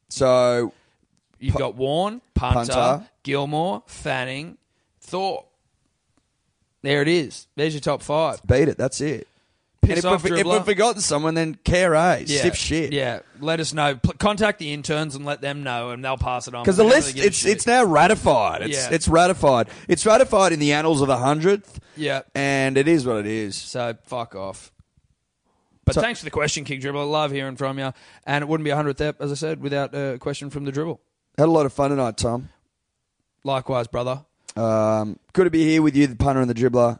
Speaker 3: so
Speaker 2: You've got Warren, punter,
Speaker 3: Punter.
Speaker 2: Gilmore, Fanning, Thorpe. There it is. There's your top five.
Speaker 3: beat it. That's it. And
Speaker 2: Piss
Speaker 3: if,
Speaker 2: off,
Speaker 3: we've, if
Speaker 2: dribbler.
Speaker 3: we've forgotten someone, then care a
Speaker 2: Yeah.
Speaker 3: stiff shit.
Speaker 2: Yeah, let us know. Pl- contact the interns and let them know, and they'll pass it on.
Speaker 3: Because the
Speaker 2: They really
Speaker 3: list,
Speaker 2: give a
Speaker 3: it's
Speaker 2: shit.
Speaker 3: it's now ratified. It's
Speaker 2: Yeah.
Speaker 3: it's ratified. It's ratified in the annals of the hundredth.
Speaker 2: Yeah.
Speaker 3: and it is what it is.
Speaker 2: So fuck off. But
Speaker 3: So-
Speaker 2: thanks for the question, King Dribble. I love hearing from you, and it wouldn't be a hundredth ep, as I said, without uh, a question from the dribble.
Speaker 3: Had a lot of fun tonight, Tom.
Speaker 2: Likewise, brother.
Speaker 3: Um, good to be here with you, the punter and the dribbler.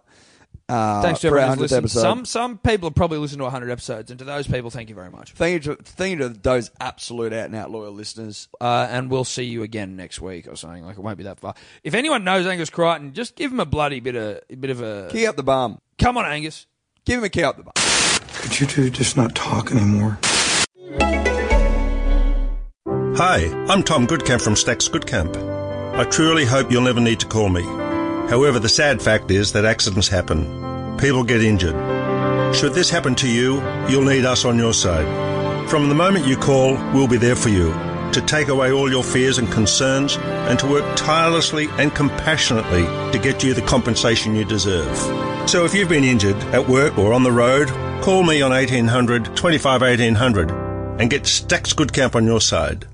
Speaker 3: Uh,
Speaker 2: Thanks to
Speaker 3: for our
Speaker 2: everyone who's listened.
Speaker 3: hundredth episode.
Speaker 2: Some some people have probably listened to hundred episodes, and to those people, thank you very much.
Speaker 3: Thank you to thank you to those absolute out and out loyal listeners.
Speaker 2: Uh, and we'll see you again next week or something. Like it won't be that far. If anyone knows Angus Crichton, just give him a bloody bit of a bit of a.
Speaker 3: Kick up the bum.
Speaker 2: Come on, Angus.
Speaker 3: Give him a kick up the bum.
Speaker 9: Could you two just not talk anymore?
Speaker 4: Hi, I'm Tom Goodcamp from Stacks Goodcamp. I truly hope you'll never need to call me. However, the sad fact is that accidents happen. People get injured. Should this happen to you, you'll need us on your side. From the moment you call, we'll be there for you to take away all your fears and concerns and to work tirelessly and compassionately to get you the compensation you deserve. So if you've been injured at work or on the road, call me on 1800 25 1800 and get Stacks Goodcamp on your side.